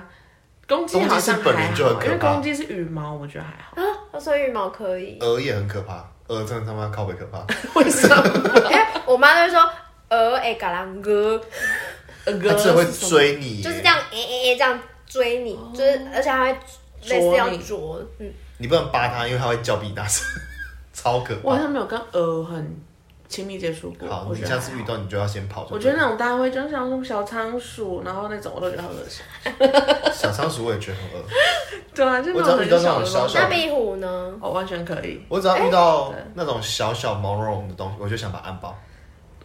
Speaker 4: 公鸡好像
Speaker 3: 嗯公鸡是本
Speaker 4: 还
Speaker 3: 人就很
Speaker 4: 好，
Speaker 3: 可怕
Speaker 4: 因为公鸡是羽毛，我觉得还好。
Speaker 1: 啊，哦所以羽毛可以。
Speaker 3: 鹅也很可怕，鹅真的他妈靠北可
Speaker 4: [LAUGHS]
Speaker 3: 怕。
Speaker 4: 为什么？
Speaker 1: 因为我妈就会说，鹅哎嘎啷鹅，
Speaker 3: [LAUGHS] 它
Speaker 4: 鹅
Speaker 3: 真的会
Speaker 4: 是什么
Speaker 3: 追你，
Speaker 1: 就是这样，哎哎哎这样追你，
Speaker 4: 哦
Speaker 1: 就是而且还会类似要啄，嗯，
Speaker 3: 你不能扒它，因为它会叫比你大声， [LAUGHS] 超可
Speaker 4: 我好
Speaker 3: 怕。
Speaker 4: 像没有跟鹅很亲密接触过。
Speaker 3: 好，
Speaker 4: 我
Speaker 3: 你
Speaker 4: 觉得
Speaker 3: 下
Speaker 4: 还
Speaker 3: 次遇
Speaker 4: 好
Speaker 3: 到你就要先跑。
Speaker 4: 我觉得那种大家会就像那种小仓鼠，然后那种我都觉得好恶心。
Speaker 3: 那种小仓鼠我也觉得很恶，
Speaker 4: 对啊，就那
Speaker 3: 我只要
Speaker 4: 种很
Speaker 3: 遇到那
Speaker 4: 小
Speaker 3: 种
Speaker 4: 的
Speaker 3: 小
Speaker 4: 东西
Speaker 3: 小
Speaker 1: 那壁虎呢？
Speaker 4: 我完全可以。
Speaker 3: 我只要遇到
Speaker 4: 哎对
Speaker 3: 那种小小毛茸茸的东西，我就想把它按
Speaker 4: [LAUGHS]
Speaker 3: 爆。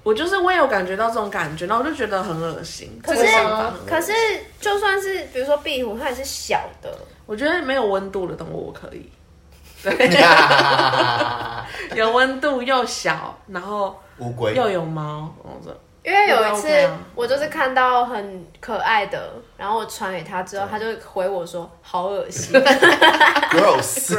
Speaker 4: 我就是我也有感觉到这种感觉，然后我就觉得很恶心。
Speaker 1: 可
Speaker 4: 这
Speaker 1: 是
Speaker 4: 个想法很恶心
Speaker 1: 可是就算是比如说壁虎，它也是小的，
Speaker 4: 我觉得没有温度的动物我可以，对，有温度又小，然后
Speaker 3: 乌龟
Speaker 4: 又有毛，我这
Speaker 1: 因为有一次
Speaker 4: 那个 OK 啊
Speaker 1: 我就是看到很可爱的，然后我传给他之后，他就回我说好恶 [LAUGHS] 心，
Speaker 4: [LAUGHS]
Speaker 3: ，gross。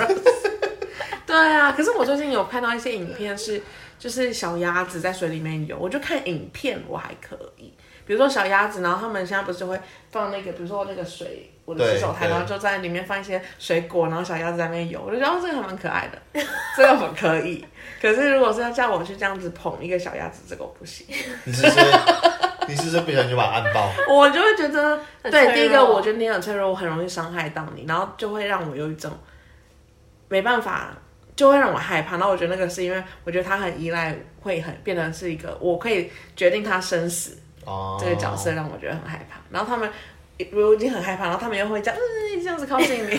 Speaker 4: 对啊。可是我最近有看到一些影片是，就是小鸭子在水里面游，我就看影片我还可以。比如说小鸭子，然后他们现在不是会放那个，比如说那个水，我的
Speaker 3: 对
Speaker 4: 洗手台，
Speaker 3: 对
Speaker 4: 然后就在里面放一些水果，然后小鸭子在那边游，我就觉得哦，这个还蛮可爱的，这个我可以。可是如果是要叫我去这样子捧一个小鸭子，这个我不行。
Speaker 3: 你是不是你是不是不小心就把它按爆？
Speaker 4: [LAUGHS] 我就会觉得，
Speaker 1: 很脆
Speaker 4: 对，
Speaker 1: 弱
Speaker 4: 第一个我觉得你很脆弱，我很容易伤害到你，然后就会让我有一种没办法，就会让我害怕。然后我觉得那个是因为我觉得他很依赖，会很变成是一个我可以决定他生死
Speaker 3: 哦，
Speaker 4: 这个角色，让我觉得很害怕。然后他们，我已经很害怕，然后他们又会这样，嗯，这样子靠近
Speaker 1: [LAUGHS]
Speaker 4: 你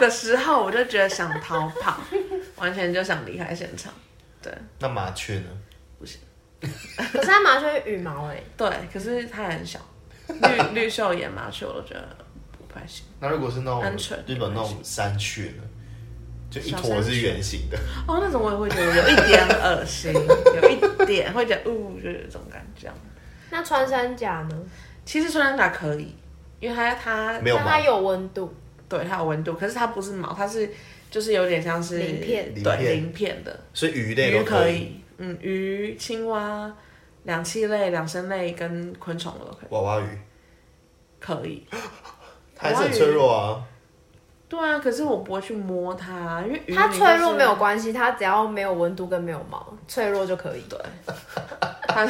Speaker 4: 的时候，我就觉得想逃跑，完全就想离开现场。对
Speaker 3: 那麻雀呢？
Speaker 1: 可是它麻雀有羽毛哎、
Speaker 4: 对，可是它很
Speaker 1: [LAUGHS]
Speaker 4: 小，绿绿袖眼麻雀，我都觉得不太行。
Speaker 3: 那如果是那种
Speaker 4: 鹌鹑
Speaker 3: 日本那种山雀呢？就一坨是圆形的，
Speaker 4: 哦，那种我也会觉得有一点恶心，有一点会觉得，呜、就是这种感觉。
Speaker 1: 那穿山甲呢？
Speaker 4: 其实穿山甲可以，因为它它
Speaker 3: 没有
Speaker 1: 那
Speaker 3: 毛
Speaker 1: 它，有温度，
Speaker 4: 对它有温度，可是它不是毛，它是就是有点像是
Speaker 1: 鳞片
Speaker 3: 鳞
Speaker 4: 对
Speaker 3: 片
Speaker 4: 鳞片的
Speaker 3: 所以鱼类
Speaker 4: 鱼
Speaker 3: 都
Speaker 4: 可
Speaker 3: 以。
Speaker 4: 以，嗯，鱼、青蛙、两栖类、两生类跟昆虫我都可以，
Speaker 3: 娃娃鱼，
Speaker 4: 可以。
Speaker 3: 它还是很脆弱啊。
Speaker 4: 对啊，可是我不会去摸它，因为鱼
Speaker 1: 它
Speaker 4: 你
Speaker 1: 脆
Speaker 4: 就
Speaker 1: 弱
Speaker 4: 是
Speaker 1: 没有关系，它只要没有温度跟没有毛，脆弱就可以。对，
Speaker 4: 它，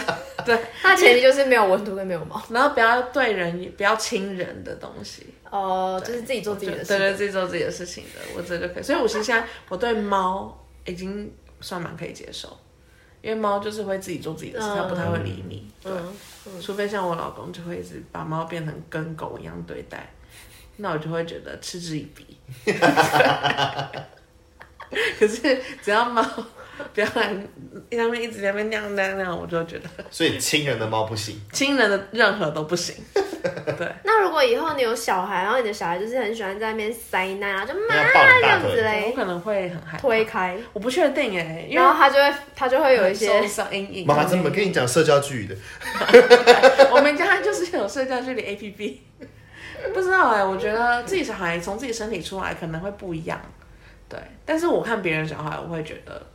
Speaker 4: 对，
Speaker 1: 它前提就是没有温度跟没有毛。
Speaker 4: 然后不要对人，不要亲人的东西。
Speaker 1: 哦、就是自己做自己的
Speaker 4: 对对，
Speaker 1: 事。
Speaker 4: 自己做自己的事情的，我这就可以。所以我其实现在我对猫已经算蛮可以接受，因为猫就是会自己做自己的事，
Speaker 1: 嗯
Speaker 4: 它不太会理你。
Speaker 1: 嗯，
Speaker 4: 对，除非像我老公就会一直把猫变成跟狗一样对待，那我就会觉得嗤之以
Speaker 1: [LAUGHS]
Speaker 4: 鼻。可是只要猫不要来，他们一直在那边那样那样那样，我就觉得
Speaker 3: 所以亲人的猫不行，
Speaker 4: 亲人的任何都不行。
Speaker 1: [LAUGHS]
Speaker 4: 对。
Speaker 1: 那如果以后你有小孩，然后你的小孩就是很喜欢在那边塞奶，然后就妈
Speaker 3: 那要抱
Speaker 1: 这
Speaker 3: 你大
Speaker 1: 样子
Speaker 3: 腿。
Speaker 1: 嘞
Speaker 4: 我，可能会很害怕
Speaker 1: 哎推开，
Speaker 4: 我不确定哎、因为
Speaker 1: 然后他就会他就会有一
Speaker 4: 受
Speaker 1: 些
Speaker 4: 伤阴影。
Speaker 3: 妈，怎么跟你讲社交距离的？
Speaker 4: [LAUGHS] 我们家就是有社交距离 APP，不 [LAUGHS] 知道哎、我觉得自己小孩从自己身体出来可能会不一样，对。但是我看别人小孩，我会觉得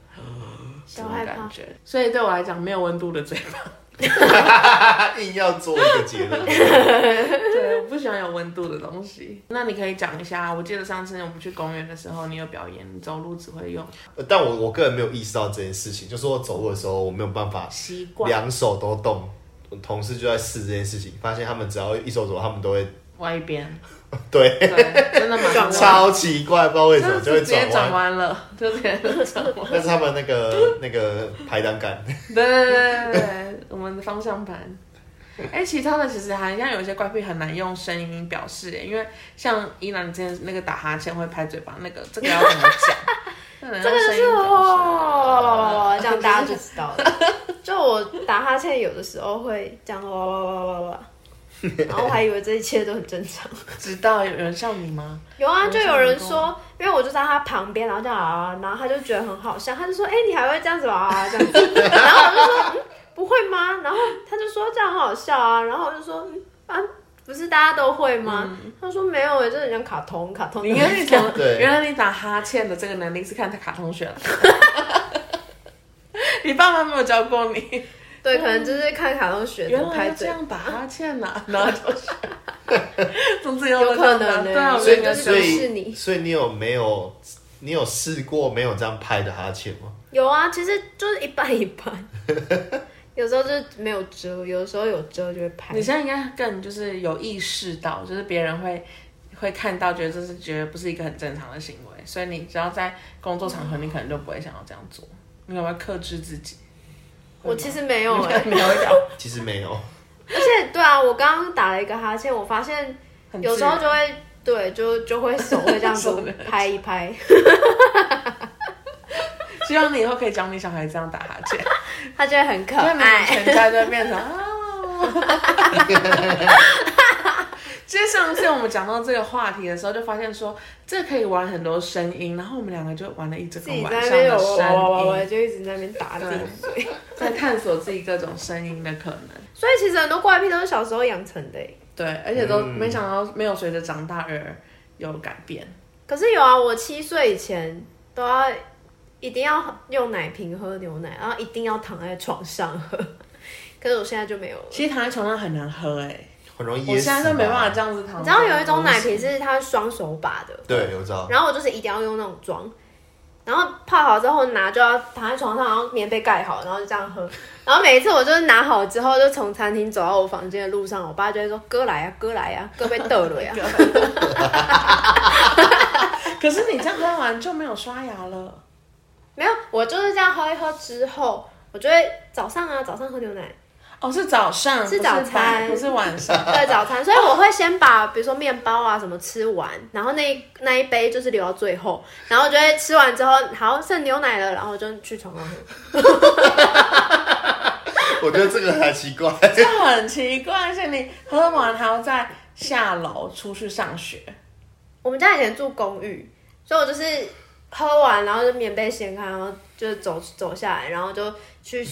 Speaker 4: 什
Speaker 1: 小
Speaker 4: 么
Speaker 1: 害
Speaker 4: 感
Speaker 1: 怕。
Speaker 4: 觉，所以对我来讲，没有温度的嘴巴，
Speaker 3: 他硬要做一个结论， [LAUGHS]
Speaker 4: 对， [LAUGHS] 我不喜欢有温度的东西。那你可以讲一下，我记得上次我们去公园的时候，你有表演，你走路只会用
Speaker 3: 但我我个人没有意识到这件事情，就是我走路的时候我没有办法
Speaker 4: 习惯
Speaker 3: 两手都动。我同事就在试这件事情，发现他们只要一手走，他们都会 [LAUGHS]
Speaker 4: 歪一边，
Speaker 3: 对，
Speaker 4: 对，真的蛮
Speaker 1: 转弯
Speaker 3: 超奇怪，不知道为什么
Speaker 4: 真
Speaker 3: 就
Speaker 4: 的
Speaker 3: 会
Speaker 4: 是直接
Speaker 3: 转
Speaker 4: 转
Speaker 3: 弯。
Speaker 4: 弯了，就直接转弯。
Speaker 3: 但是他们那个那个排挡杆，
Speaker 4: 对对对对对，我们的方向盘。哎、其他的其实好像有一些怪癖很难用声音表示耶，因为像依兰你之前那个打哈欠会拍嘴巴那个，这个要怎么讲？这
Speaker 1: 这个就是哦，这样大家就知
Speaker 4: [LAUGHS]
Speaker 1: 道了。就我打哈欠，有的时候会这样哇哇哇哇哇哇，然后我还以为这一切都很正常。
Speaker 4: 知道有人笑你吗？
Speaker 1: 有啊，
Speaker 4: 我
Speaker 1: 就
Speaker 4: 想
Speaker 1: 有人
Speaker 4: 过
Speaker 1: 说，因为我就在他旁边，然后这样啊，然后他就觉得很好笑，他就说：“哎、你还会这样子啊？”这样子，
Speaker 4: [LAUGHS]
Speaker 1: 然后我就说、嗯：“不会吗？”然后他就说：“这样很好笑啊。”然后我就说：“嗯啊，不是大家都会吗？”他说：“没有、欸，这很像卡通，卡通。”
Speaker 4: 嗯你原
Speaker 1: [LAUGHS]
Speaker 4: 来你从
Speaker 3: 对
Speaker 4: 原来你打哈欠的这个能力是看卡通学来的。你爸妈没有教过你，
Speaker 1: 对，可能就是看卡通学的
Speaker 4: 原来
Speaker 1: 拍
Speaker 4: 要这
Speaker 1: 嘴。
Speaker 4: 样打哈欠呐、然后就是，总之
Speaker 1: 有可能
Speaker 4: 的，
Speaker 1: 呢
Speaker 4: 对啊，我
Speaker 3: 所
Speaker 4: 觉
Speaker 1: 所以
Speaker 3: 以
Speaker 1: 就
Speaker 4: 得
Speaker 1: 是
Speaker 3: 所
Speaker 1: 表示你
Speaker 3: 以所以你有没有你有试过没有这样拍的哈欠吗？
Speaker 1: 有啊，其实就是一半一半， [LAUGHS] 有时候就是没有遮，有时候有遮就会拍
Speaker 4: 你。现在应该更就是有意识到，就是别人会会看到，觉得这是觉得不是一个很正常的行为，所以你只要在工作场合，你可能就不会想要这样做，你有没有克制自己？
Speaker 1: 我其实没有哎、
Speaker 4: 没有一点，
Speaker 3: 其实没有，
Speaker 1: 而且对啊，我刚刚打了一个哈欠，我发现
Speaker 4: 很自
Speaker 1: 有时候就会对，就就会手会这样子
Speaker 4: 手会
Speaker 1: 拍一拍，
Speaker 4: 希望你以后可以教你小孩这样打哈
Speaker 1: [LAUGHS]
Speaker 4: 欠，
Speaker 1: 他就会很可
Speaker 4: 那你们
Speaker 1: 爱。
Speaker 4: 全家就会变成啊。 [LAUGHS] 其实上次我们讲到这个话题的时候，就发现说这可以玩很多声音，然后我们两个就玩了一整
Speaker 1: 自
Speaker 4: 个
Speaker 1: 己
Speaker 4: 晚
Speaker 1: 在那
Speaker 4: 上
Speaker 1: 边
Speaker 4: 的
Speaker 1: 有哇哇哇
Speaker 4: 声
Speaker 1: 哇，
Speaker 4: 音，
Speaker 1: 就一直在那边打自己的嘴。
Speaker 4: 在探索自己各种声音的可能。
Speaker 1: 所以其实很多怪癖都是小时候养成的欸、
Speaker 4: 对，而且都
Speaker 3: 嗯
Speaker 4: 没想到没有随着长大而有改变。
Speaker 1: 可是有啊，我七岁以前都要一定要用奶瓶喝牛奶，然后一定要躺在床上喝。 [LAUGHS] 可是我现在就没有了。
Speaker 4: 其实躺在床上很难喝哎、
Speaker 3: 很容易
Speaker 4: 我
Speaker 3: 噎
Speaker 4: 现
Speaker 3: 死。
Speaker 4: 在都没办法这。样子躺。
Speaker 1: 你知道有一种奶瓶，是它双手把的，
Speaker 3: 对，我知道。
Speaker 1: 然后我就是一定要用那种装，然后泡好之后拿就要躺在床上，然后棉被盖好，然后就这样喝。然后每一次我就是拿好之后，就从餐厅走到我房间的路上，我爸就会说：“哥来呀、啊哥来呀、哥被逗了呀。
Speaker 4: [LAUGHS] 可是你这样喝完就没有刷牙了。”
Speaker 1: 没有，我就是这样喝一喝之后，我就会早上啊，早上喝牛奶，
Speaker 4: 哦，是早上，
Speaker 1: 是
Speaker 4: 不
Speaker 1: 早
Speaker 4: 白
Speaker 1: 餐
Speaker 4: 不是晚上。 [LAUGHS]
Speaker 1: 对早餐，所以我会先把比如说面包啊什么吃完，然后那一那一杯就是留到最后，然后就会吃完之后，好剩牛奶了，然后我就去床上喝。
Speaker 3: 我觉得这个很奇怪。
Speaker 4: 这很奇怪，而且你喝完还要再下楼出去上学，
Speaker 1: 我们家以前住公寓，所以我就是喝完，然后就棉被掀开， [LAUGHS] 然后就走走下来，然后就去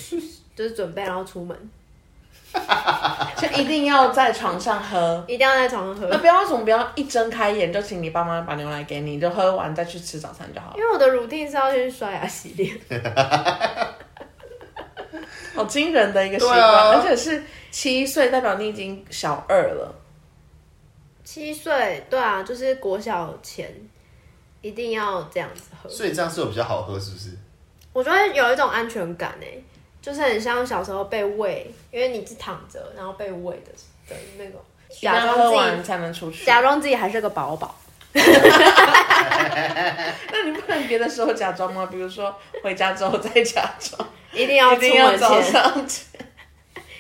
Speaker 1: 就是准备，然后出门。
Speaker 4: 就一定要在床上喝。
Speaker 1: 一定要在床上喝
Speaker 4: 那。不要为什么不要一睁开眼就请你爸妈把牛奶给你，就喝完再去吃早餐就好了
Speaker 1: 因。为我的 routine 是要先刷牙洗脸，
Speaker 4: 好惊人的一个习惯，
Speaker 3: 对啊
Speaker 4: 而且是七岁，代表你已经小二了。
Speaker 1: 七岁，对啊，就是国小前一定要这样子喝。
Speaker 3: 所以这样是有比较好喝，是不是？
Speaker 1: 我觉得有一种安全感诶、就是很像小时候被喂，因为你是躺着然后被喂的的那种，
Speaker 4: 一定要
Speaker 1: 假装
Speaker 4: 喝
Speaker 1: 自
Speaker 4: 完
Speaker 1: 己
Speaker 4: 才能出去。
Speaker 1: 假装自己还是个宝宝。
Speaker 4: 那你不能别的时候假装吗？比如说回家之后再假装，
Speaker 1: 一定 [LAUGHS] 要
Speaker 4: [LAUGHS] 一
Speaker 1: 出
Speaker 4: 定要
Speaker 1: 门
Speaker 4: 早
Speaker 1: 前，
Speaker 4: 上起。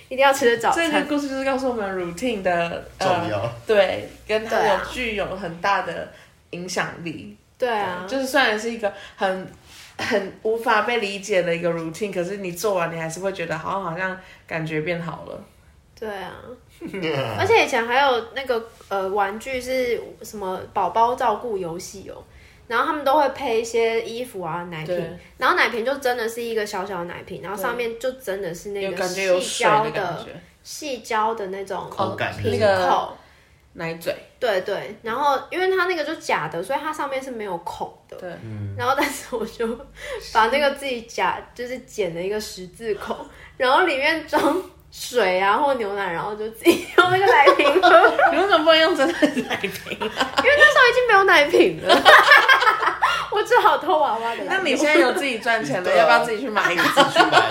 Speaker 1: 一定要吃早
Speaker 4: 这个
Speaker 1: 餐。
Speaker 4: 故事就是告诉我们 routine 的呃
Speaker 3: 重要
Speaker 4: 对，跟这
Speaker 1: 对
Speaker 4: 个
Speaker 1: 啊
Speaker 4: 具有很大的影响力。
Speaker 1: 对啊，
Speaker 4: 就是虽然是一个很很无法被理解的一个 routine，可是你做完你还是会觉得好像好像感觉变好了。
Speaker 1: 对啊，
Speaker 4: 嗯
Speaker 1: 而且以前还有那个呃玩具是什么宝宝照顾游戏哦，然后他们都会配一些衣服啊、奶
Speaker 4: 对
Speaker 1: 瓶，然后奶瓶就真的是一个小小的奶瓶，然后上面就真的是那
Speaker 4: 有
Speaker 1: 个
Speaker 4: 感觉有水
Speaker 1: 细胶
Speaker 4: 感
Speaker 1: 的
Speaker 4: 觉，
Speaker 1: 细胶的那种
Speaker 3: 口感
Speaker 1: 瓶
Speaker 3: 那
Speaker 4: 个
Speaker 1: 口，
Speaker 4: 奶嘴，
Speaker 1: 对对，然后因为它那个就假的，所以它上面是没有孔的。
Speaker 4: 对，
Speaker 1: 然后但是我就把那个自己夹，就是剪了一个十字口，然后里面装水啊或牛奶，然后就自己用那个奶瓶喝，
Speaker 4: [LAUGHS] 你
Speaker 1: 因
Speaker 4: 为什么不能用真的奶瓶啊、
Speaker 1: 为那时候已经没有奶瓶了， [LAUGHS] 我只好偷娃娃的奶瓶。
Speaker 4: [LAUGHS] 那你现在有自己赚 [LAUGHS] 钱了，
Speaker 3: 对啊
Speaker 4: 要不要自己去买一个？
Speaker 3: [LAUGHS] 自己去买，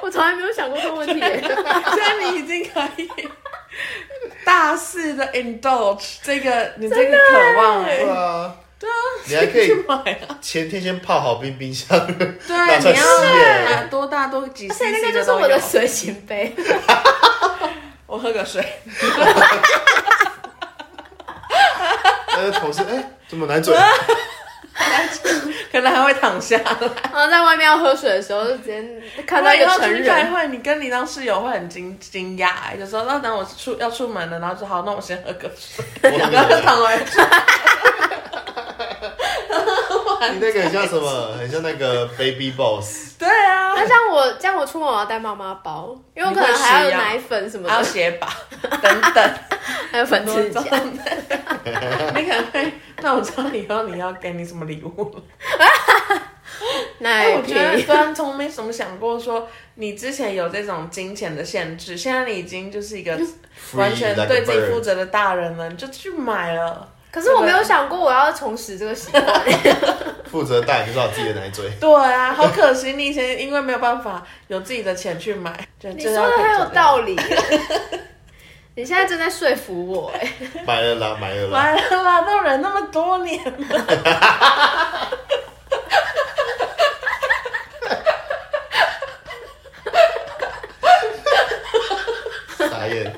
Speaker 1: 我从来没有想过
Speaker 4: [LAUGHS]
Speaker 1: 这个问题耶，
Speaker 4: 现在你已经可以大肆的 indulge 这个你这个渴望哎、
Speaker 3: 对
Speaker 4: 欸，
Speaker 3: 啊，对啊，你还可以
Speaker 4: 去买啊！
Speaker 3: 前天先泡好冰冰箱，
Speaker 4: 对，
Speaker 3: 出来欸
Speaker 4: 你
Speaker 3: 试
Speaker 4: 要啊
Speaker 3: 验
Speaker 4: 拿多大多几 cc
Speaker 1: 所以那个就
Speaker 4: 的
Speaker 1: 是
Speaker 4: 都
Speaker 1: 我
Speaker 4: 有
Speaker 1: 的。随行杯。
Speaker 4: 我喝个水， [LAUGHS]
Speaker 3: 那个同事哎，怎么奶
Speaker 4: [LAUGHS]
Speaker 3: 嘴？
Speaker 4: 可能还会躺 [LAUGHS] 下来。
Speaker 1: 然后在外面要喝水的时候，就直接看到一
Speaker 4: 以
Speaker 1: 个
Speaker 4: 后
Speaker 1: 成
Speaker 4: 出去开
Speaker 1: 人，
Speaker 4: 会，你跟你当室友会很惊惊讶、欸，就说那等我出要出门了，然后说好，那我先喝个水，
Speaker 3: 我
Speaker 4: 然后就躺 [LAUGHS] 回去。
Speaker 3: 你那个很像什么？很像那个 Baby Boss，
Speaker 4: 对啊，
Speaker 1: 那像我这样，我出门我要带妈妈包，因为我可能还要有奶粉什么
Speaker 4: 还要
Speaker 1: 的，
Speaker 4: 写吧，等等，
Speaker 1: 还有粉刺
Speaker 4: 啊多
Speaker 1: 夹。
Speaker 4: 种的
Speaker 1: [LAUGHS]
Speaker 4: 你可能会， [LAUGHS] 那我知道以后你要给你什么礼物了。哎，
Speaker 1: 奶
Speaker 4: 我觉得
Speaker 1: 瓶，
Speaker 4: 端从没什么想过说，你之前有这种金钱的限制，现在你已经就是一个
Speaker 3: Free
Speaker 4: 完全对自己
Speaker 3: like a bird
Speaker 4: 负责的大人了，你就去买了。
Speaker 1: 可是我没有想过我要重拾这个习惯。
Speaker 3: 负责带，就是我自己的奶嘴。
Speaker 4: 对啊，好可惜，你以前因为没有办法有自己的钱去买，就
Speaker 1: 你说的很有
Speaker 4: 理。
Speaker 1: 道理，你现在正在说服我哎、
Speaker 3: [LAUGHS] 买了啦，买了啦，
Speaker 4: 完了啦，都忍那么多年了，
Speaker 3: 傻眼。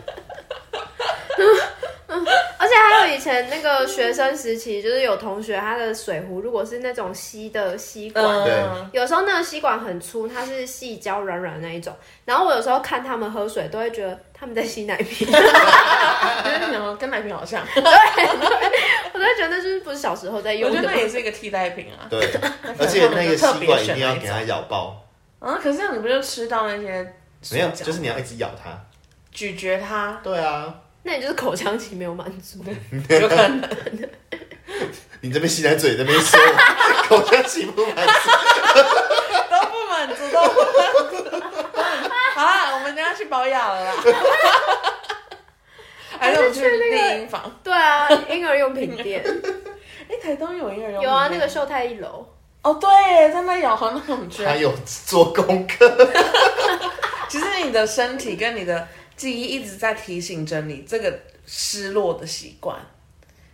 Speaker 1: 而且还有以前那个学生时期，就是有同学他的水壶如果是那种吸的吸管。
Speaker 4: 嗯，
Speaker 3: 对
Speaker 1: 有时候那个吸管很粗，它是细胶软软的那一种。然后我有时候看他们喝水，都会觉得他们在吸奶
Speaker 4: [LAUGHS]
Speaker 1: 瓶，
Speaker 4: 跟奶瓶跟奶瓶好
Speaker 1: [LAUGHS]
Speaker 4: 像，
Speaker 1: 我都会觉得那就是不是小时候在
Speaker 4: 我
Speaker 1: 用
Speaker 4: 觉得
Speaker 1: 的
Speaker 4: 那。也是一个替代品啊。
Speaker 3: 对，
Speaker 4: 可
Speaker 3: 而
Speaker 4: 能
Speaker 3: 且
Speaker 4: 他们
Speaker 3: 那
Speaker 4: 就
Speaker 3: 个
Speaker 4: 特
Speaker 3: 吸
Speaker 4: 别
Speaker 3: 管一
Speaker 4: 选
Speaker 3: 定要
Speaker 4: 那
Speaker 3: 给它咬爆，
Speaker 4: 啊，可是这样你不就吃到那些
Speaker 3: 没有，
Speaker 4: 塑胶
Speaker 3: 就是你要一直咬它。
Speaker 4: 咀嚼它，
Speaker 3: 对啊，
Speaker 1: 那你就是口腔期没有满
Speaker 4: [LAUGHS]
Speaker 1: 足。
Speaker 4: 有可能。
Speaker 3: 你这边吸奶嘴，那边说 [LAUGHS] 口腔起不
Speaker 4: [LAUGHS]
Speaker 3: 满足。
Speaker 4: 都不满足，都不满足。好啦，我们等一下去保养了啦。 [LAUGHS] 还是我们去丽婴房？
Speaker 1: 对啊，婴儿用品
Speaker 4: [LAUGHS]
Speaker 1: 店
Speaker 4: 哎、台东有婴儿用
Speaker 1: 有啊，
Speaker 4: 品
Speaker 1: 那
Speaker 4: 吗
Speaker 1: 个秀泰一楼。
Speaker 4: 哦，对，在那有，好，那我们去。
Speaker 3: 他有做功课，
Speaker 4: 其实你的身体跟你的记忆一直在提醒着你这个失落的习惯。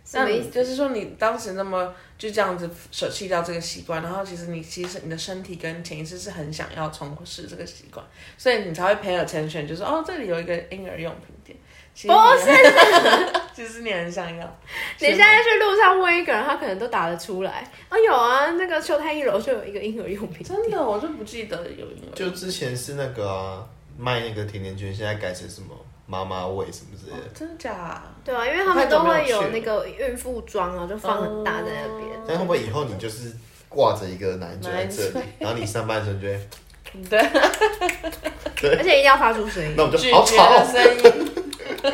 Speaker 1: 什
Speaker 4: 那
Speaker 1: 么意思
Speaker 4: 你就是说，你当时那么就这样子舍弃掉这个习惯，然后其实你其实你的身体跟潜意识是很想要重拾这个习惯，所以你才会培尔成选，就说哦，这里有一个婴儿用品店。其实你
Speaker 1: 不是，
Speaker 4: [LAUGHS] 其实你很想要。
Speaker 1: 你现在去路上问一个人，他可能都答得出来。啊，有啊，那个秀泰一楼就有一个婴儿用品。
Speaker 4: 真的，我就不记得有婴儿。
Speaker 3: 就之前是那个啊，卖那个甜甜圈，现在改成什么妈妈味什么之类的。
Speaker 4: 真的假啊？
Speaker 1: 对啊，因为他们都会有那个孕妇装啊，就放很大在那边。
Speaker 3: 但会不会以后你就是挂着一个奶嘴在这
Speaker 4: 奶 [LAUGHS]
Speaker 3: 里，然后你上班的时候你就会
Speaker 4: 对，
Speaker 1: 而且一定要发出声音
Speaker 3: [LAUGHS] 那。我们
Speaker 4: 咀
Speaker 3: 就好
Speaker 4: 嚼的
Speaker 3: 吵。
Speaker 4: 声音。 [LAUGHS]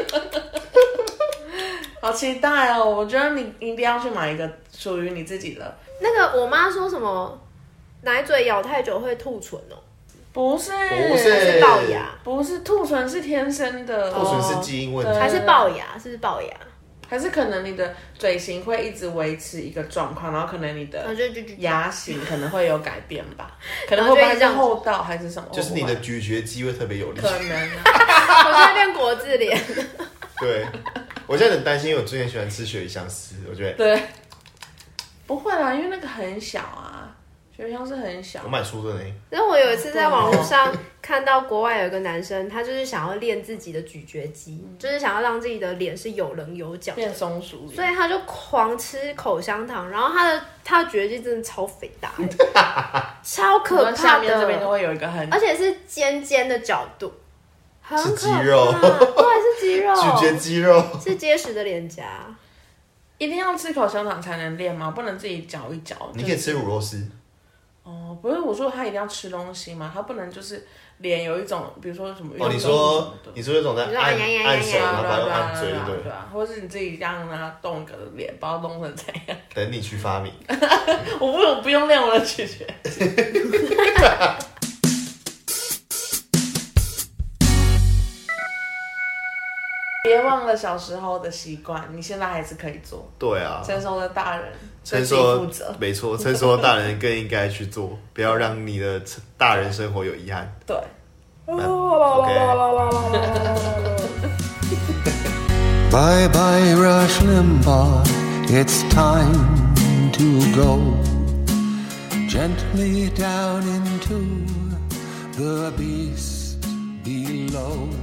Speaker 4: 好期待哦！我觉得你一定要去买一个属于你自己的，
Speaker 1: 那个我妈说什么奶嘴咬太久会吐唇哦、
Speaker 4: 不是
Speaker 3: 不是
Speaker 1: 是龅牙，
Speaker 4: 不是兔唇是天生的，
Speaker 3: 兔唇是基因问
Speaker 4: 哦
Speaker 3: 题，
Speaker 1: 还是龅牙？是不是龅牙？
Speaker 4: 还是可能你的嘴型会一直维持一个状况，然后可能你
Speaker 1: 然
Speaker 4: 的
Speaker 1: 后就就就
Speaker 4: 牙型可能会有改变
Speaker 1: [LAUGHS]
Speaker 4: 吧，可
Speaker 1: 然
Speaker 4: 能
Speaker 1: 后
Speaker 4: 会
Speaker 1: 就
Speaker 4: 不会
Speaker 1: 一直这样
Speaker 4: 是
Speaker 1: 子
Speaker 4: 后道还是什么，
Speaker 3: 就是你
Speaker 4: 我
Speaker 3: 的
Speaker 4: 不会
Speaker 3: 咀嚼肌会特别有力。
Speaker 4: 可能
Speaker 1: [LAUGHS]
Speaker 4: 啊、
Speaker 1: 我现在变国字脸，
Speaker 3: 对，我现在很担心，因为我之前喜欢吃鳕鱼香丝，我觉得
Speaker 4: 对，不会啦，因为那个很小啊，学校是很小
Speaker 3: 我，蛮输的呢。
Speaker 1: 然后我有一次在网络上看到国外有一个男生，他就是想要练自己的咀嚼肌，就是想要让自己的脸是有棱有角的，
Speaker 4: 变松鼠脸
Speaker 1: 所以他就狂吃口香糖，然后他的他的咀嚼肌真的超肥大、超可
Speaker 4: 然后
Speaker 1: 怕
Speaker 4: 下面这边就
Speaker 1: 的，
Speaker 4: 会有一个很
Speaker 1: 而且是尖尖的角度，很
Speaker 3: 是
Speaker 1: 可
Speaker 3: 肌
Speaker 1: 怕，
Speaker 3: 肉 [LAUGHS]
Speaker 1: 对，是肌肉，
Speaker 3: 咀嚼肌肉，
Speaker 1: 是结实的脸颊。
Speaker 4: 一定要吃口香糖才能练吗？不能自己嚼一嚼？
Speaker 3: 你可以吃乳肉丝，
Speaker 4: 哦，不是我说他一定要吃东西吗？他不能就是脸有一种，比如说什么运动
Speaker 3: 哦，你
Speaker 4: 什么
Speaker 3: 说
Speaker 4: 的
Speaker 3: 你说那种在
Speaker 1: 你说
Speaker 3: 按
Speaker 1: 哎呀呀呀
Speaker 3: 按手，
Speaker 1: 对
Speaker 4: 对
Speaker 3: 然
Speaker 4: 啊
Speaker 3: 后把
Speaker 4: 对啊
Speaker 3: 它
Speaker 4: 对
Speaker 3: 按
Speaker 4: 啊
Speaker 3: 嘴，
Speaker 4: 对
Speaker 3: 对
Speaker 4: 啊
Speaker 3: 不
Speaker 4: 对
Speaker 3: 对？
Speaker 4: 啊，或是你自己让他动个脸，不知道弄成怎样。
Speaker 3: 等你去发 [LAUGHS] 明。
Speaker 4: 我不我不用练我的咀嚼。 [LAUGHS] 别忘了小时候的习惯，你现在还是可以做。
Speaker 3: 对啊，
Speaker 4: 成熟的大人对
Speaker 3: 成
Speaker 4: 自己负
Speaker 3: 熟
Speaker 4: 责，
Speaker 3: [LAUGHS] 没错，成熟的大人更应该去做，不要让你的成大人生活有遗憾。
Speaker 4: 对。
Speaker 1: 哦
Speaker 5: Bye bye, Rush Limbaugh. It's time to go gently down into the beast below.